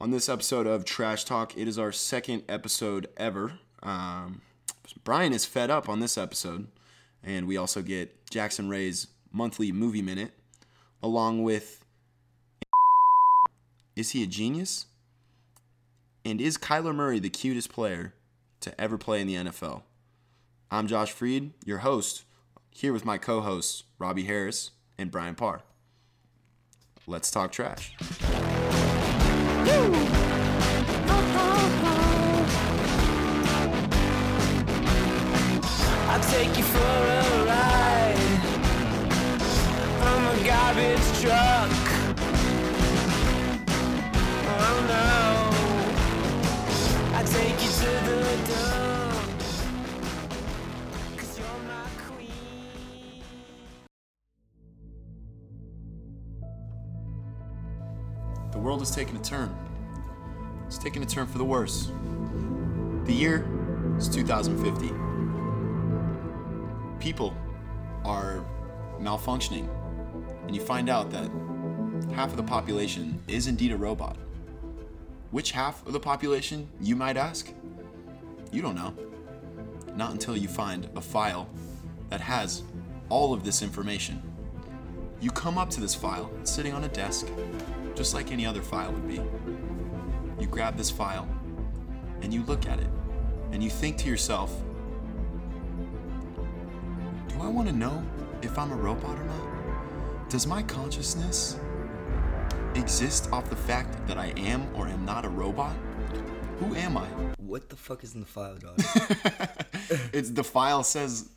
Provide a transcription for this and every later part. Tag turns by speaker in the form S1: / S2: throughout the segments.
S1: on this episode of Trash Talk. It is our second episode ever. Um, Brian is fed up on this episode, and we also get Jackson Ray's monthly movie minute, along with Is he a genius? And is Kyler Murray the cutest player to ever play in the NFL? I'm Josh Freed, your host, here with my co hosts, Robbie Harris and Brian Parr. Let's talk trash.
S2: I'll take you for a ride. I'm a garbage truck. Oh no. I take you to the dump. Cause you're my queen.
S1: The world has taken a turn. It's taken a turn for the worse. The year is 2050. People are malfunctioning, and you find out that half of the population is indeed a robot. Which half of the population, you might ask? You don't know. Not until you find a file that has all of this information. You come up to this file, it's sitting on a desk, just like any other file would be. You grab this file and you look at it and you think to yourself, do I want to know if I'm a robot or not? Does my consciousness exist off the fact that I am or am not a robot? Who am I?
S3: What the fuck is in the file, dog?
S1: It's the file says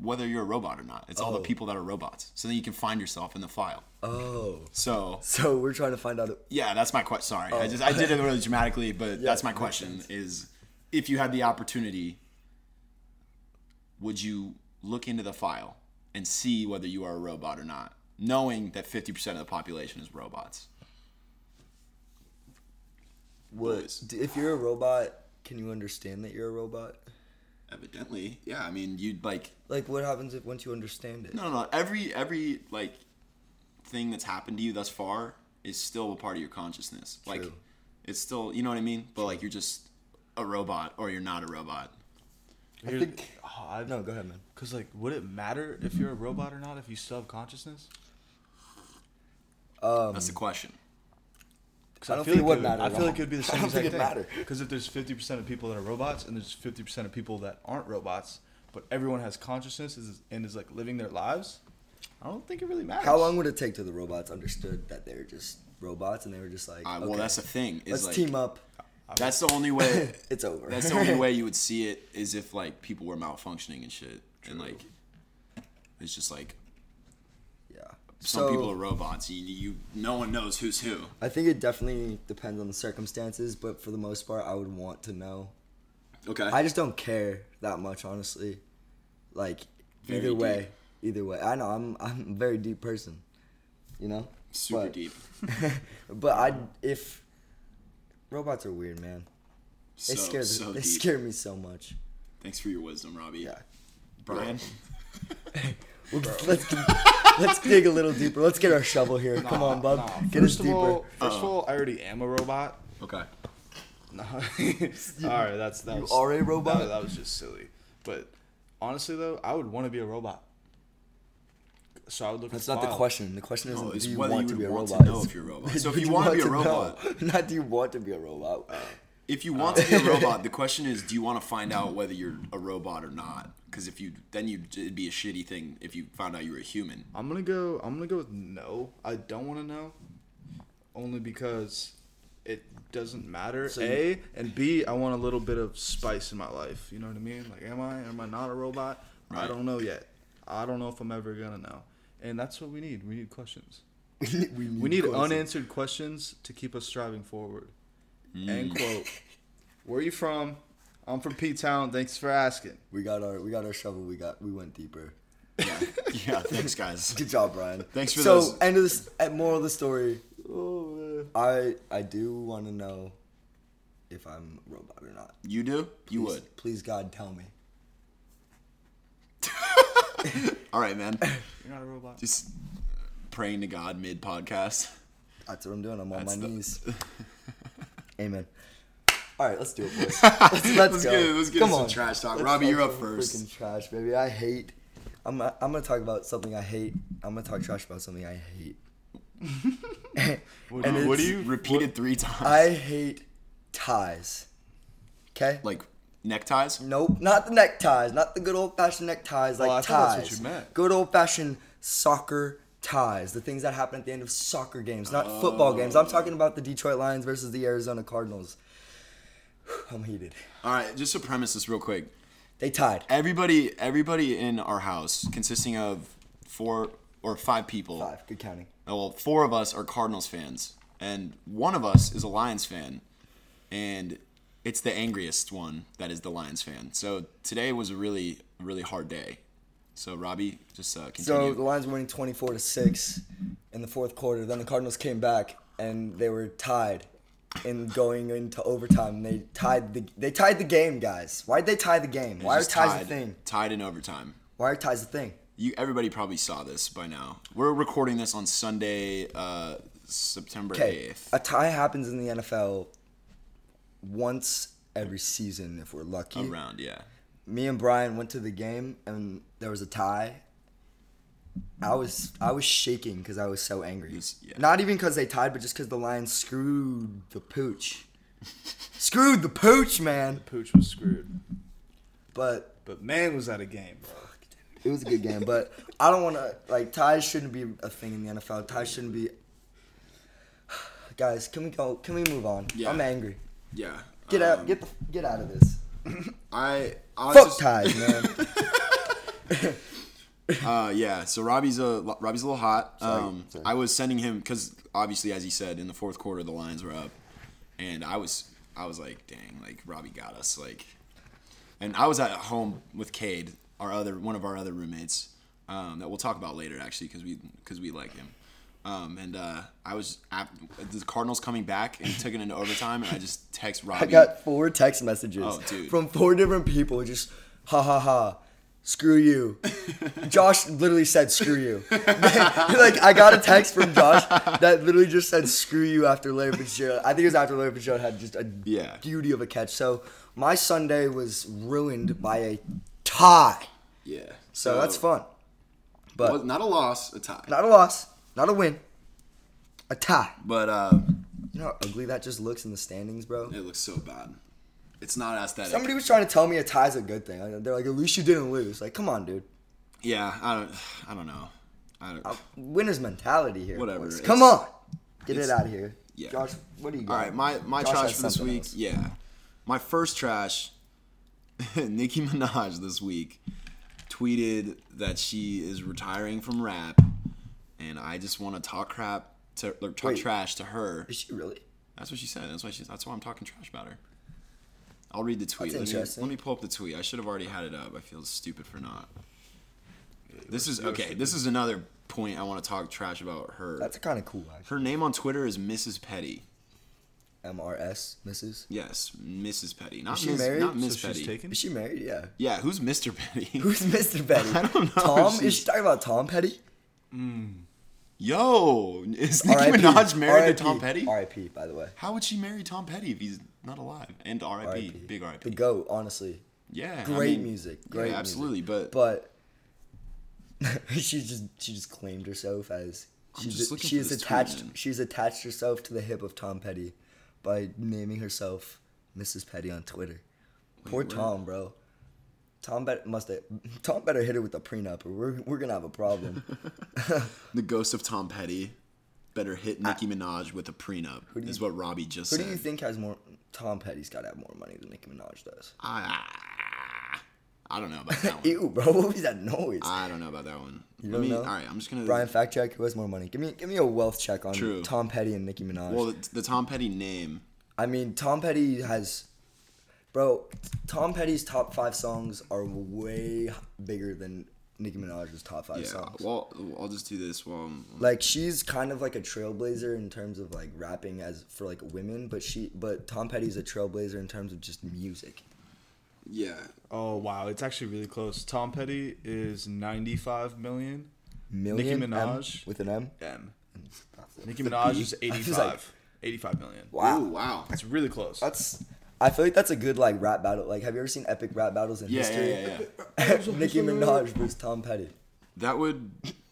S1: whether you're a robot or not. It's all the
S3: Oh.
S1: people that are robots. So then you can find yourself in the file.
S3: oh.
S1: So
S3: So we're trying to find out.
S1: Yeah, that's my question. Sorry,
S3: Oh.
S1: I just I did it really dramatically, but that's my question: is if you had the opportunity, would you look into the file and see whether you are a robot or not, knowing that fifty percent of the population is robots?
S3: What,
S1: Boys.
S3: d- if you're a robot, can you understand that you're a robot?
S1: Evidently, yeah. I mean, you'd like
S3: Like, what happens if once you understand it?
S1: no, no. no, Every every like thing that's happened to you thus far is still a part of your consciousness. Like,
S3: True.
S1: it's still you know what I mean. But like, you're just a robot, or you're not a robot.
S4: I think oh, I
S3: No, go ahead, man.
S4: Cause like, would it matter if you're a robot or not if you still have consciousness?
S3: Um,
S1: That's the question.
S4: Cause
S3: I don't think it would
S4: would
S3: matter
S4: I
S3: at
S4: feel like
S3: all.
S4: it would be the
S3: I
S4: same
S3: don't
S4: exact
S3: think
S4: thing.
S3: it'd matter.
S4: Because if there's 50% of people that are robots and there's 50% of people that aren't robots, but everyone has consciousness is, and is like living their lives, I don't think it really matters.
S3: How long would it take till the robots understood that they were just robots and they were just like,
S1: Uh,
S3: okay,
S1: Well, that's the thing. Is
S3: let's
S1: like,
S3: team up.
S1: That's the only way.
S3: It's over.
S1: that's the only way you would see it is if like people were malfunctioning and shit, and like it's just like
S3: Yeah.
S1: some
S3: so
S1: people are robots. You, you, no one knows who's who.
S3: I think it definitely depends on the circumstances, but for the most part, I would want to know.
S1: Okay.
S3: I just don't care that much, honestly. Like,
S1: Very
S3: either way,
S1: deep.
S3: either way. I know I'm I'm a very deep person, you know.
S1: Super
S3: But-
S1: deep.
S3: But I if robots are weird, man.
S1: So,
S3: They scare the,
S1: so
S3: they
S1: deep.
S3: scare me so much.
S1: Thanks for your wisdom, Robbie.
S3: Yeah.
S1: Brian.
S3: Well, let's get- let's dig a little deeper. Let's get our shovel here. Come on, bub.
S4: Nah,
S3: get us
S4: first of
S3: deeper.
S4: all, first of all, I already am a robot.
S1: Okay.
S4: No. all right, that's that.
S3: You
S4: was,
S3: are a
S4: that-
S3: robot?
S4: that was just silly. But honestly, though, I would want to be a robot. So I would look.
S3: That's
S4: at
S3: not the
S4: file.
S3: question. The question isn't
S1: No, it's
S3: do you
S1: whether
S3: want
S1: you
S3: to be a
S1: would want to
S3: robot.
S1: know
S3: It's-
S1: if you're a robot. So if
S3: do
S1: you wanna be a
S3: know?
S1: robot-
S3: not do you want to be a robot.
S1: If you want to be a robot, the question is, do you want to find out whether you're a robot or not? Because if you then you it'd be a shitty thing if you found out you were a human.
S4: I'm gonna go. I'm gonna go with no. I don't want to know, only because it doesn't matter. a and B. I want a little bit of spice in my life. You know what I mean? Like, am I? Am I not a robot?
S1: Right.
S4: I don't know yet. I don't know if I'm ever gonna know. And that's what we need. We need questions.
S3: we need,
S4: We need
S3: questions.
S4: unanswered questions to keep us striving forward.
S3: Mm.
S4: End quote. Where you from? I'm from P Town. Thanks for asking.
S3: We got our we got our shovel. We got we went deeper.
S1: Yeah. yeah. Thanks, guys.
S3: Good job, Brian.
S1: Thanks for
S3: so,
S1: those- Oh,
S3: end of this. At moral of the story, I I do want to know if I'm a robot or not.
S1: You do? You
S3: Please-
S1: would.
S3: Please, God, tell me.
S1: All right, man.
S4: You're not a robot.
S1: Just uh, praying to God mid podcast.
S3: That's what I'm doing. I'm on
S1: That's
S3: my
S1: the-
S3: knees. Amen. All right, let's do it, boys. Let's, let's
S1: Let's
S3: go.
S1: get- let's get
S3: Come
S1: some
S3: on.
S1: trash talk.
S3: Let's
S1: Robbie, you're
S3: talk
S1: up
S3: some
S1: first.
S3: Freaking trash, baby. I hate. I'm. I'm gonna talk about something I hate. I'm gonna talk trash about something I hate.
S4: What
S3: And
S4: do you- what do
S3: it's-
S4: you?
S1: Repeated three times.
S3: I hate ties. Okay.
S1: like neckties.
S3: Nope, not the neckties, not the good old fashioned neckties, like
S4: Oh, I
S3: ties.
S4: thought that's what you meant.
S3: Good old fashioned soccer ties, the things that happen at the end of soccer games, not football games. I'm talking about the Detroit Lions versus the Arizona Cardinals. I'm heated.
S1: All right, just to premise this real quick.
S3: They tied.
S1: Everybody, everybody in our house, consisting of four or five people.
S3: Five. Good counting.
S1: Oh, well, four of us are Cardinals fans, and one of us is a Lions fan, and it's the angriest one that is the Lions fan. So today was a really, really hard day. So Robbie, just uh,
S3: So
S1: continue.
S3: the Lions were winning 24 to 6 in the fourth quarter. Then the Cardinals came back and they were tied in going into overtime. They tied the they tied the game, guys. Why'd they tie the game? Why are
S1: Just
S3: ties a
S1: tied-
S3: thing?
S1: Tied in overtime.
S3: Why are ties a thing?
S1: You everybody probably saw this by now. We're recording this on Sunday, uh, September
S3: Okay,
S1: eighth.
S3: a tie happens in the NFL once every season if we're lucky.
S1: Around, yeah.
S3: Me and Brian went to the game and there was a tie. I was I was shaking because I was so angry.
S1: Yes, yeah.
S3: Not even because they tied, but just because the Lions screwed the pooch. screwed the pooch, man.
S4: Pooch was screwed,
S3: But
S4: but man, was that a game, bro.
S3: It was a good game, but I don't want to like ties shouldn't be a thing in the NFL. Ties shouldn't be. Guys, can we go? Can we move on?
S1: Yeah.
S3: I'm angry.
S1: Yeah.
S3: Get
S1: um,
S3: out. Get the get out of this.
S1: I. I was
S3: Fuck
S1: just-
S3: ties, man.
S1: Uh, yeah. So Robbie's a Robbie's a little hot. Um,
S3: sorry.
S1: I was sending him because obviously, as he said, in the fourth quarter the lines were up, and I was I was like, dang, like Robbie got us, like, and I was at home with Cade, our other one of our other roommates, um, that we'll talk about later actually because we because we like him. Um, and uh, I was at the Cardinals coming back and took it into overtime, and I just text Robbie.
S3: I got four text messages
S1: Oh, dude.
S3: from four different people. Just ha ha ha. Screw you. Josh literally said screw you. like I got a text from Josh that literally just said screw you after Larry Fitzgerald. I think it was after Larry Fitzgerald had just a
S1: Yeah.
S3: beauty of a catch. So my Sunday was ruined by a tie.
S1: yeah.
S3: So, that's fun. But
S1: Well, not a loss, a tie.
S3: not a loss, not a win. A tie.
S1: but uh,
S3: You know how ugly that just looks in the standings, bro?
S1: it looks so bad. It's not aesthetic.
S3: Somebody was trying to tell me a tie's a good thing. Like, They're like, at least you didn't lose. Like, come on, dude.
S1: Yeah, I don't. I don't know. I don't.
S3: Oh, Winner's mentality here.
S1: Whatever,
S3: boys.
S1: it's-
S3: Come on. Get it
S1: it's-
S3: out of here.
S1: yeah.
S3: Josh, what do you got?
S1: All right, my my
S3: Josh
S1: trash
S3: has
S1: for this
S3: something
S1: week.
S3: else.
S1: Yeah, my first trash. Nicki Minaj this week tweeted that she is retiring from rap, and I just want to talk crap to or talk
S3: Wait.
S1: trash to her.
S3: Is she really?
S1: That's what she said. That's why she. That's why I'm talking trash about her. I'll read the tweet. Let me,
S3: interesting.
S1: let me pull up the tweet. I should have already had it up. I feel stupid for not. This is okay. This is another point I want to talk trash about her.
S3: That's kind of cool, actually.
S1: Her name on Twitter is Mrs. Petty.
S3: MRS, Mrs.
S1: Yes, Mrs. Petty. Not
S3: she
S1: Miss,
S3: married?
S1: Not Miss
S4: So
S1: Petty.
S4: she's taken.
S3: Is she married? Yeah.
S1: yeah, who's Mr. Petty?
S3: Who's Mr. Petty?
S1: I don't know.
S3: Tom? Is
S1: She's-
S3: she talking about Tom Petty?
S1: Yo, is Nicki
S3: RIP.
S1: Minaj married
S3: RIP.
S1: to Tom Petty?
S3: R.I.P. By the way.
S1: How would she marry Tom Petty if he's not alive? And R.I.P. Big R.I.P.
S3: The goat, honestly.
S1: yeah, I
S3: Great
S1: mean,
S3: music.
S1: yeah,
S3: Great. music.
S1: absolutely. But,
S3: But she just she just claimed herself as she
S1: just
S3: just
S1: looking
S3: she
S1: for
S3: is
S1: this tweet,
S3: attached
S1: man.
S3: she's attached herself to the hip of Tom Petty by naming herself Mrs. Petty on Twitter. Poor
S1: where?
S3: Tom, bro. Tom bet must have Tom better hit her with a prenup or we're we're gonna have a problem.
S1: the ghost of Tom Petty better hit Nicki Minaj with a prenup. is what Robbie just
S3: Who
S1: said.
S3: do you think has more? Tom Petty's gotta have more money than Nicki Minaj does.
S1: Ah, I don't know about that one.
S3: Ew, bro, what was that noise?
S1: I don't know about that one. Let
S3: don't
S1: me.
S3: know?
S1: All right, I'm just gonna.
S3: Brian, fact check. Who has more money? Give me, give me a wealth check on
S1: True.
S3: Tom Petty and Nicki Minaj.
S1: well, the, the Tom Petty name.
S3: I mean, Tom Petty has, bro. Tom Petty's top five songs are way bigger than Nicki Minaj's top five
S1: Yeah.
S3: songs.
S1: Well, I'll just do this while. I'm,
S3: like she's kind of like a trailblazer in terms of like rapping as for like women, but she, but Tom Petty's a trailblazer in terms of just music.
S1: yeah.
S4: Oh wow, it's actually really close. Tom Petty is ninety-five million.
S3: Million M
S4: Minaj?
S3: with an M.
S4: M.
S3: That's it.
S4: Nicki Minaj
S3: I
S4: is
S3: was
S4: eighty-five.
S3: like,
S4: 85 million.
S3: Wow.
S1: Ooh, wow.
S4: It's really close.
S3: That's. I feel like that's a good like rap battle. Like, have you ever seen epic rap battles in
S1: Yeah, yeah,
S3: history?
S1: yeah, yeah.
S3: Nicki Minaj versus Tom Petty.
S1: That would.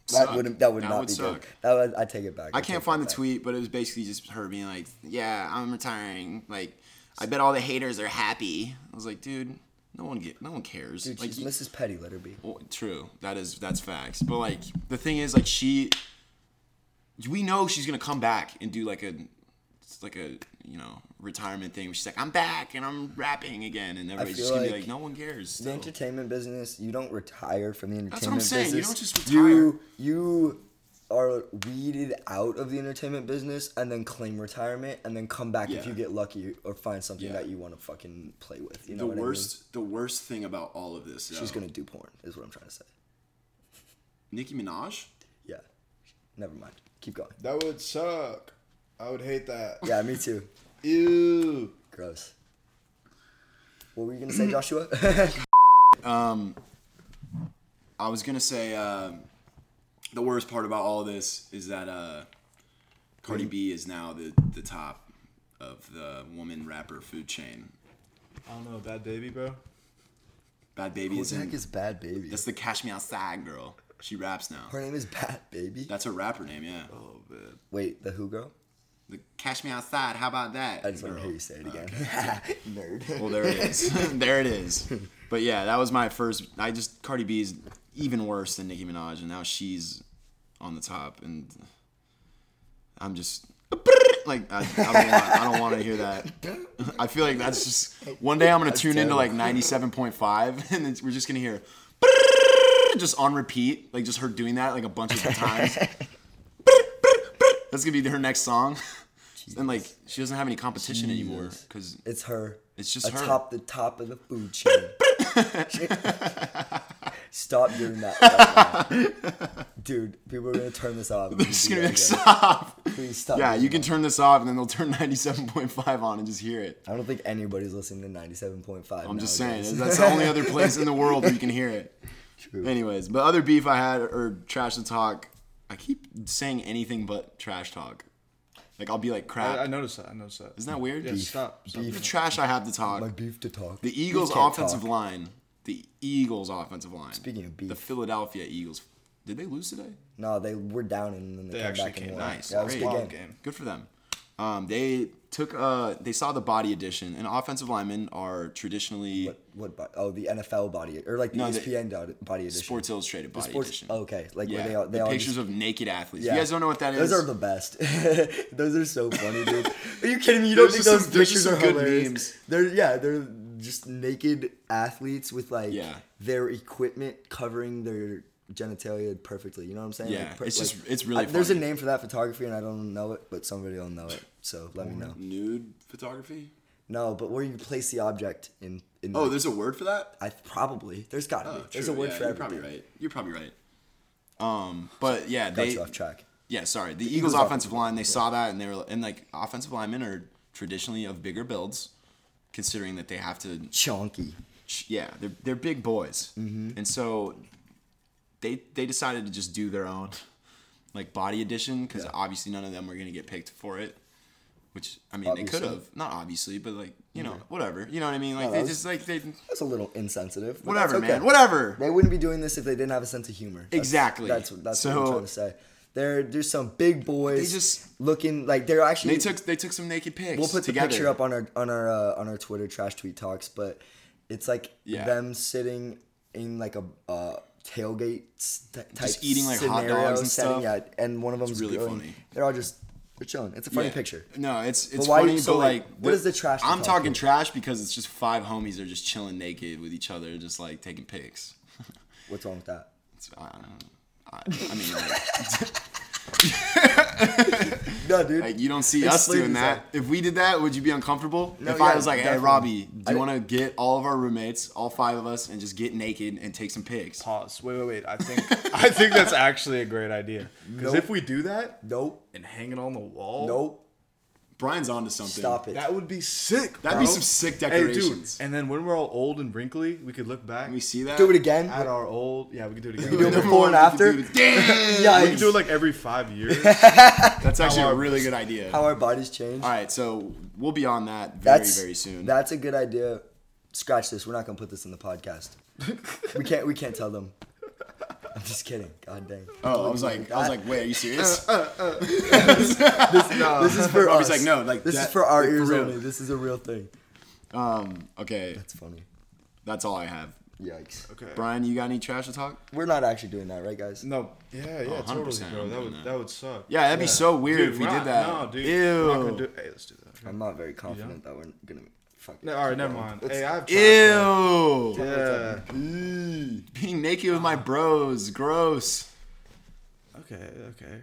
S3: That
S1: suck.
S3: wouldn't. That would not
S1: would
S3: be
S1: suck.
S3: good. That would. I take it back.
S1: I
S3: take
S1: can't
S3: that
S1: find the
S3: back.
S1: tweet, but it was basically just her being like, "Yeah, I'm retiring. Like, I bet all the haters are happy." I was like, "Dude, no one get, no one cares."
S3: Dude,
S1: like,
S3: she's
S1: you-
S3: Mrs. Petty. Let her be.
S1: Well, true. That is that's facts. But like the thing is, like she, we know she's gonna come back and do like a, it's like a you know retirement thing. where She's like, I'm back and I'm rapping again, and everybody's
S3: feel
S1: just gonna be
S3: like
S1: like, no one cares.
S3: The
S1: still."
S3: entertainment business, you don't retire from the entertainment
S1: what I'm saying, you
S3: business.
S1: don't just
S3: You, you are weeded out of the entertainment business and then claim retirement and then come back
S1: Yeah.
S3: if you get lucky or find something
S1: Yeah.
S3: that you want to fucking play with. You know
S1: the
S3: what
S1: worst, the worst thing about all of this.
S3: I mean? She's
S1: though-
S3: gonna do porn, is what I'm trying to say.
S1: Nicki Minaj.
S3: Yeah. Never mind. Keep going.
S4: that would suck. I would hate that.
S3: Yeah, me too.
S4: Ew.
S3: Gross. What were you gonna say, Joshua?
S1: I was gonna say um, the worst part about all this is that uh, Cardi B is now the the top of the woman rapper food chain.
S4: I don't know, bad baby, bro.
S1: Bad Baby
S3: Who
S1: is
S3: the
S1: in.
S3: heck is Bad Baby?
S1: That's the Cash Me Outside girl. She raps now.
S3: Her name is Bad Baby.
S1: That's her rapper name, yeah.
S4: Oh man.
S3: Wait, the Who girl?
S1: The Cash Me Outside. How about that?
S3: I just want to
S1: girl?
S3: hear you say it again. Nerd.
S1: Well, there it is. there it is. But yeah, that was my first. I just Cardi B is even worse than Nicki Minaj, and now she's on the top, and I'm just like I, I don't want. I don't want to hear that. I feel like that's just one day I'm gonna tune into like 97.5, and it's, we're just gonna hear just on repeat, like just her doing that like a bunch of times. That's gonna be her next song. And like she doesn't have any competition anymore
S3: Jesus.
S1: because
S3: It's her.
S1: It's just her.
S3: Atop the top of the food chain. Stop doing that. right now. Dude, people are gonna turn this off. They're
S1: just gonna be like, stop.
S3: Please stop.
S1: Yeah,
S3: doing
S1: you can
S3: that.
S1: turn this off, and then they'll turn 97.5 on and just hear it.
S3: I don't think anybody's listening to ninety-seven point five.
S1: I'm just saying, that's the only other place in the world where you can hear it.
S3: True.
S1: Anyways, but other beef I had or trash to talk. I keep saying anything but trash talk. Like I'll be like crap.
S4: I, I noticed that. I noticed that.
S1: Isn't that weird?
S4: Yeah, stop. stop.
S1: The trash I have to
S3: My
S1: talk.
S3: beef to talk.
S1: The Eagles'
S3: Beef can't
S1: offensive
S3: talk.
S1: line. The Eagles' offensive line.
S3: Speaking of beef.
S1: the Philadelphia Eagles. Did they lose today?
S3: No, they were down and then they,
S4: They
S3: came
S4: actually
S3: back and
S4: came
S3: won.
S4: back.
S1: Nice.
S3: Yeah, it was a
S1: Great.
S3: good
S4: Wild
S3: game.
S4: game.
S1: Good for them. Um, they took uh, they saw the body edition, and offensive linemen are traditionally
S3: What? What? bo- Oh, the NFL body or like the E
S1: No, the-
S3: ESPN dot body edition.
S1: Sports Illustrated body
S3: sports-
S1: edition.
S3: okay, like where
S1: yeah,
S3: they all- they
S1: the
S3: all
S1: pictures
S3: just-
S1: of naked athletes.
S3: Yeah.
S1: You guys don't know what that is.
S3: Those are the best. those are so funny, dude. Are you kidding me? You don't
S1: There's just
S3: think
S1: some-
S3: those
S1: there's
S3: pictures
S1: just some
S3: are
S1: good
S3: hilarious?
S1: memes.
S3: They're yeah, they're just naked athletes with like
S1: Yeah.
S3: their equipment covering their genitalia perfectly. You know what I'm saying?
S1: Yeah,
S3: per-
S1: it's just- it's really
S3: I- there's a
S1: funny.
S3: name for that photography, and I don't know it, but somebody will know it. So let me
S1: Mm-hmm.
S3: know.
S1: nude photography.
S3: No, but where you place the object in in
S1: Oh,
S3: like-
S1: there's a word for that.
S3: I probably there's gotta
S1: Oh,
S3: be there's a
S1: true,
S3: word
S1: yeah,
S3: for
S1: You're
S3: everything.
S1: probably right. You're probably right. Um, but yeah,
S3: Got
S1: they
S3: you off track.
S1: yeah sorry the Eagles,
S3: Eagles
S1: offensive line they saw that and they were and like offensive linemen are traditionally of bigger builds, considering that they have to
S3: Chonky.
S1: yeah, they're they're big boys,
S3: Mm-hmm.
S1: and so they they decided to just do their own like body edition because obviously none of them were gonna get picked for it. Which I mean, they could
S3: Obviously.
S1: have not obviously, but like you know whatever, you know what I mean? Like
S3: that
S1: they
S3: was-
S1: just like they
S3: That's a little insensitive. but
S1: whatever
S3: that's okay.
S1: man, whatever.
S3: They wouldn't be doing this if they didn't have a sense of humor. That's-
S1: Exactly.
S3: That's what that's what
S1: So-
S3: I'm trying to say. There, there's some big boys.
S1: They just-
S3: looking like they're actually.
S1: They took they took some naked pics.
S3: We'll put the
S1: together.
S3: picture up on our on our uh, on our Twitter trash tweet talks, but it's like
S1: Yeah.
S3: them sitting in like a uh, tailgate s- t- type
S1: Just eating, like, hot
S3: scenario
S1: dogs and
S3: setting,
S1: stuff.
S3: Yeah, and one of them's
S1: really
S3: grilling.
S1: funny.
S3: They're all just they're chilling. It's a funny
S1: Yeah.
S3: picture.
S1: No, it's it's
S3: why-
S1: funny,
S3: so,
S1: but
S3: like,
S1: like,
S3: what is the trash to
S1: I'm
S3: talk
S1: talking
S3: here?
S1: trash because it's just five homies that are just chilling naked with each other, just like taking pics.
S3: What's wrong with that?
S1: It's, I, don't know. I, I mean, like,
S3: No, dude.
S1: Like you don't see
S3: It's
S1: us doing
S3: sleazy,
S1: that. If we did that, would you be uncomfortable?
S3: No,
S1: if
S3: yeah,
S1: I was like,
S3: definitely.
S1: "Hey, Robbie, do
S3: I-
S1: you want to get all of our roommates, all five of us, and just get naked and take some pics?"
S4: Pause. Wait, wait, wait. I think I think that's actually a great idea. Because
S3: Nope.
S4: if we do that
S3: nope.
S4: and hang it on the wall,
S3: Nope.
S1: Brian's onto something.
S3: Stop it.
S4: That would be sick.
S1: That'd be
S4: bro.
S1: some sick decorations.
S4: Hey, dude. And then when we're all old and wrinkly, we could look back
S1: Can we see that?
S3: Do it again.
S4: at our old. Yeah, we could do it again.
S3: do it before and after?
S1: Damn.
S4: We could
S3: Yikes.
S4: do it like every five years.
S1: That's actually a
S4: our-
S1: really good idea.
S3: How our bodies change.
S1: All right, so we'll be on that very
S3: That's
S1: very soon.
S3: That's a good idea. Scratch this. We're not gonna put this in the podcast. we can't. We can't tell them. I'm just kidding. God dang.
S1: oh, I was like, I was like, wait, are you serious?
S3: this is for
S1: Robbie's
S3: us.
S1: Uh, like, no, like
S3: this is
S1: that-
S3: for our
S1: like, for
S3: ears
S1: real.
S3: only. This is a real thing.
S1: Um, okay,
S3: It's funny.
S1: that's all I have.
S3: Yikes.
S4: Okay.
S1: Brian, you got any trash to talk?
S3: We're not actually doing that, right, guys?
S4: No. Yeah, yeah,
S1: 100%
S4: totally, bro.
S1: Oh, I'm
S4: That
S1: doing
S4: would
S1: that.
S4: that. would suck.
S1: Yeah, that'd be so weird
S4: Dude,
S1: if we
S4: we're
S1: did
S4: not-
S1: that.
S4: No, dude.
S1: Ew.
S4: We're not gonna do. Hey, let's do that.
S3: I'm not very confident that we're gonna fuck. it.
S4: No, all right, never mind.
S3: Let's-
S4: Hey, I've tried.
S1: Ew.
S4: Yeah.
S1: Mm, Being naked with my bros, gross.
S4: Okay. Okay.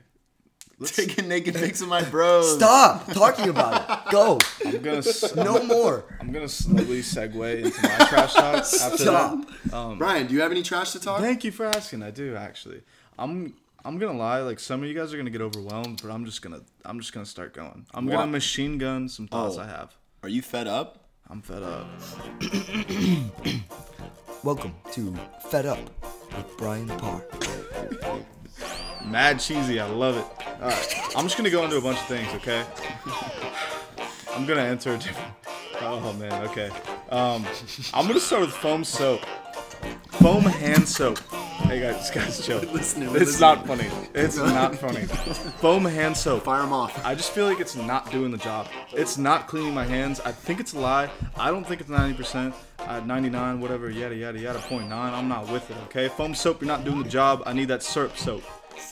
S1: Taking naked pics of my bros.
S3: Stop talking about it. Go.
S4: I'm gonna. s-
S3: No more.
S4: I'm gonna slowly segue into my trash talk after
S3: Stop.
S4: that. Um,
S1: Brian, do you have any trash to talk?
S4: thank you for asking. I do actually. I'm. I'm gonna lie. Like some of you guys are gonna get overwhelmed, but I'm just gonna. I'm just gonna start going. I'm
S1: Why?
S4: gonna machine gun some thoughts
S1: Oh.
S4: I have.
S1: Are you fed up?
S4: I'm fed up.
S3: Welcome to Fed Up with Brian Parr.
S4: Mad cheesy. I love it. All right. I'm just gonna go into a bunch of things. Okay. I'm gonna enter a different. Oh man. Okay. Um, I'm gonna start with foam soap. Foam hand soap. Hey guys, guys, chill.
S1: listening,
S4: it's
S1: we're
S4: not funny. It's not funny. Foam hand soap.
S1: Fire them off.
S4: I just feel like it's not doing the job. It's not cleaning my hands. I think it's a lie. I don't think it's 90%. Uh, 99, whatever, yada, yada, yada, point 0.9. I'm not with it, okay? Foam soap, you're not doing the job. I need that syrup soap.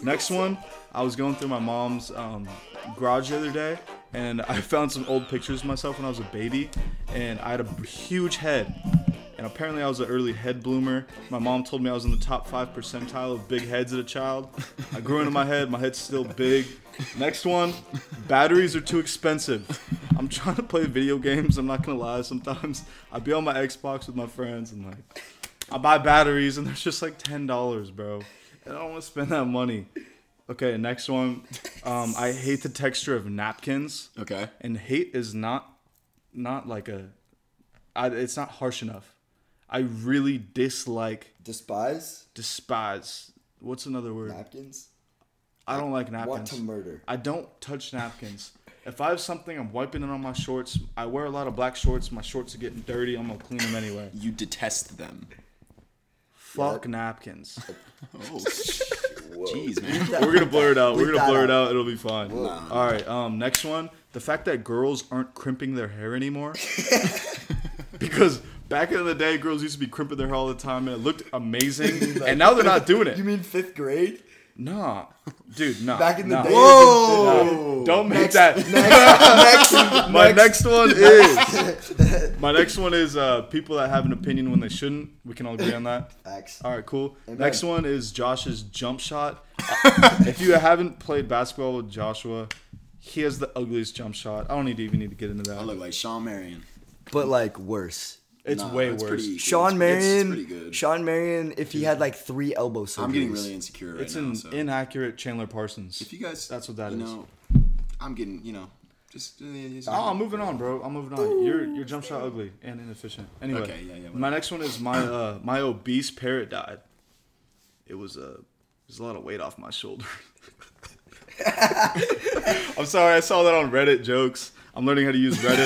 S4: Next one, I was going through my mom's um, garage the other day, and I found some old pictures of myself when I was a baby, and I had a huge head and apparently I was an early head bloomer. My mom told me I was in the top five percentile of big heads as a child. I grew into my head. My head's still big. Next one, batteries are too expensive. I'm trying to play video games. I'm not gonna lie. Sometimes I'd be on my Xbox with my friends and like, I buy batteries and they're just like ten dollars, bro. And I don't want to spend that money. Okay, next one. Um, I hate the texture of napkins
S1: Okay.
S4: and hate is not not like a I, it's not harsh enough i really dislike
S3: Despise
S4: despise what's another word
S3: napkins.
S4: i don't like napkins
S3: to murder.
S4: i don't touch napkins if i have something i'm wiping it on my shorts i wear a lot of black shorts my shorts are getting dirty i'm gonna clean them anyway
S1: You detest them.
S4: fuck napkins
S1: Oh, jeez, man.
S4: we're gonna blur it out
S3: Bleep
S4: we're gonna
S3: that
S4: blur it out it'll be fine all right um next one the fact that girls aren't crimping their hair anymore because back in the day girls used to be crimping their hair all the time and it looked amazing and now they're not doing it
S3: mean fifth grade?
S4: nah dude nah
S3: Back in the
S4: nah.
S3: day.
S1: Whoa!
S4: don't make that my next, one is my next one is uh people that have an opinion when they shouldn't we can all agree on that
S3: Facts.
S4: all right, cool.
S3: Amen.
S4: Next one is Josh's jump shot. if you haven't played basketball with Joshua, he has the ugliest jump shot. I don't need to even need to get into
S1: I
S4: that.
S1: look like Sean Marion.
S3: But like worse.
S4: It's
S1: Nah,
S4: way
S1: that's
S4: worse.
S1: pretty- it's-
S3: Sean
S1: it's
S3: Marion.
S1: pretty good.
S3: Sean Marion. If he had like three elbow surgeries.
S1: I'm getting really insecure right
S4: it's
S1: now.
S4: an
S1: so.
S4: inaccurate Chandler Parsons.
S1: if you guys,
S4: that's what that
S1: you
S4: is.
S1: Know, I'm getting, you know, just. uh,
S4: Oh, I'm moving on, bro. I'm moving on. Your your jump shot ugly and inefficient. Anyway,
S1: Okay, yeah, yeah, whatever.
S4: my next one is my uh, my obese parrot died. It was a there's a lot of weight off my shoulder. I'm sorry, I saw that on Reddit jokes. I'm learning how to use Reddit.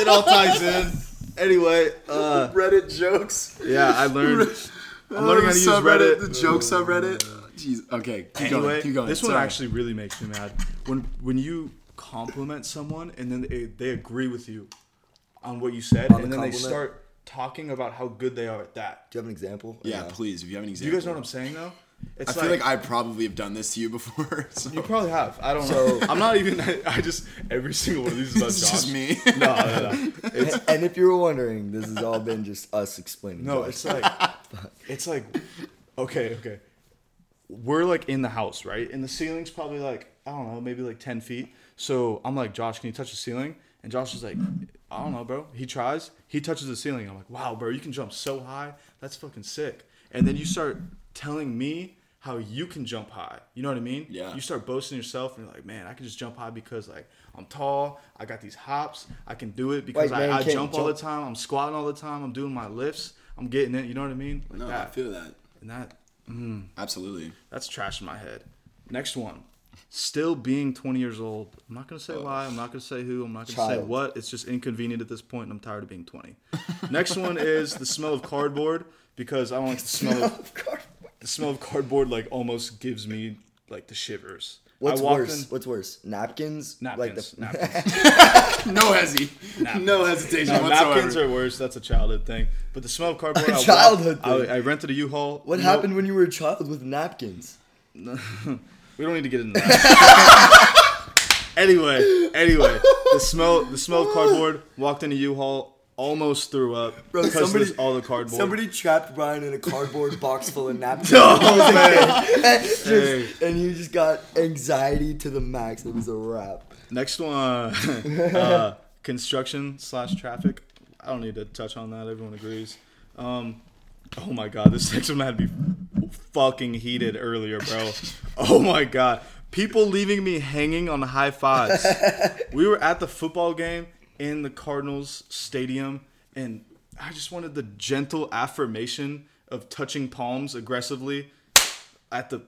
S4: it all ties in. Anyway, uh,
S1: Reddit jokes.
S4: yeah, I learned. I'm learning how to use Reddit.
S1: The joke subreddit. Jeez. Okay. Keep
S4: Anyway,
S1: going. Keep going.
S4: this one
S1: Sorry.
S4: actually really makes me mad. When when you compliment someone and then they, they agree with you on what you said,
S3: On the
S4: and then they
S3: compliment?
S4: start talking about how good they are at that.
S3: Do you have an example? Or
S1: Yeah.
S3: no?
S1: Please, if you have an
S4: Do
S1: example.
S4: you guys know what I'm saying though? It's
S1: I feel like I probably have done this to you before. So.
S4: you probably have. I don't
S3: So-
S4: know. I'm not even. I, I just every single one of these is about
S1: It's
S4: Josh.
S1: just me.
S4: No, no, no. It's
S3: And if you were wondering, this has all been just us explaining.
S4: No,
S3: Josh.
S4: it's like it's like okay, okay. We're like in the house, right? And the ceiling's probably like I don't know, maybe like ten feet. So I'm like, Josh, can you touch the ceiling? And Josh is like, I don't know, bro. He tries. He touches the ceiling. I'm like, wow, bro, you can jump so high. That's fucking sick. And then you start telling me how you can jump high. You know what I mean?
S1: Yeah.
S4: You start boasting yourself and you're like, man, I can just jump high because like I'm tall, I got these hops, I can do it because
S3: Wait, man,
S4: I, I
S3: you can't
S4: jump all the
S3: jump-
S4: time, I'm squatting all the time, I'm doing my lifts, I'm getting it. You know what I mean? Like
S1: No, I
S4: that.
S1: feel that.
S4: and that
S1: Absolutely.
S4: that's trash in my head. Next one. Still being 20 years old. I'm not going to say why. I'm not going to say who. I'm not going to say
S3: Oh. Child.
S4: what. It's just inconvenient at this point, and I'm tired of being 20. Next one is the smell of cardboard because I don't like the smell of the smell of cardboard. Like almost gives me like the shivers.
S3: What's
S4: I walk
S3: worse?
S4: in-
S3: What's worse? Napkins? Like
S4: napkins.
S3: the,
S4: napkins.
S1: No hesi. No hesitation
S4: No,
S1: whatsoever.
S4: napkins are worse. That's a childhood thing. But the smell of cardboard. I walk-
S3: Childhood thing.
S4: I, I rented a U-Haul.
S3: what
S4: You know-
S3: happened when you were a child with napkins?
S4: We don't need to get into that. anyway, anyway, the smell the smell of cardboard. Walked into U-Haul, almost threw up
S3: Bro,
S4: because
S3: somebody-
S4: of this- all the cardboard.
S3: Somebody trapped Brian in a cardboard box full of napkins.
S4: Oh, man.
S3: Just-
S4: Hey.
S3: And he just got anxiety to the max. It was a wrap.
S4: Next one, uh, construction slash traffic. I don't need to touch on that. Everyone agrees. Um, oh my god, this next one had me fucking heated earlier, bro. Oh my god, people leaving me hanging on high fives. we were at the football game in the Cardinals stadium, and I just wanted the gentle affirmation of touching palms aggressively at the.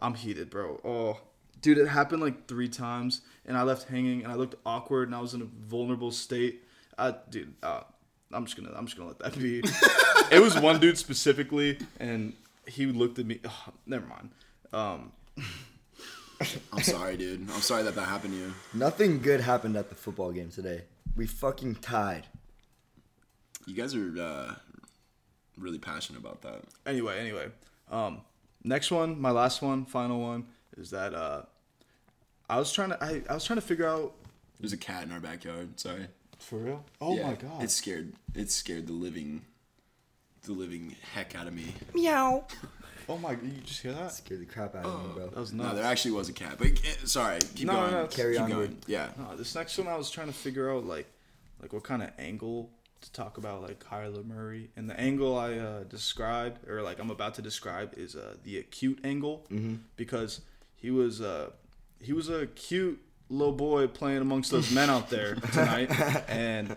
S4: I'm heated, bro. Oh, dude, it happened like three times, and I left hanging, and I looked awkward, and I was in a vulnerable state. I, dude, uh, I'm just gonna, I'm just gonna let that be. it was one dude specifically, and he looked at me. Oh, never mind. Um,
S1: I'm sorry, dude. I'm sorry that that happened to you.
S3: Nothing good happened at the football game today. We fucking tied.
S1: You guys are uh, really passionate about that.
S4: anyway, anyway. Um, next one, my last one, final one is that uh, I was trying to, I, I was trying to figure out.
S1: There's a cat in our backyard. Sorry.
S4: For real? Oh
S1: Yeah,
S4: my god.
S1: It scared. It scared the living, the living heck out of me.
S4: oh my. You just hear that?
S3: Scared the crap out of me, bro.
S4: That was
S1: No,
S4: nuts.
S1: there actually was a cat. But eh, sorry. Keep
S4: No,
S1: going.
S4: no, it's-
S3: Carry
S1: keep
S3: on,
S1: going.
S3: dude.
S1: Yeah.
S4: No, this next one I was trying to figure out like like what kind of angle to talk about like Kyler Murray and the angle I uh, described or like I'm about to describe is uh, the acute angle
S3: Mm-hmm.
S4: because he was uh, he was a cute little boy playing amongst those men out there tonight and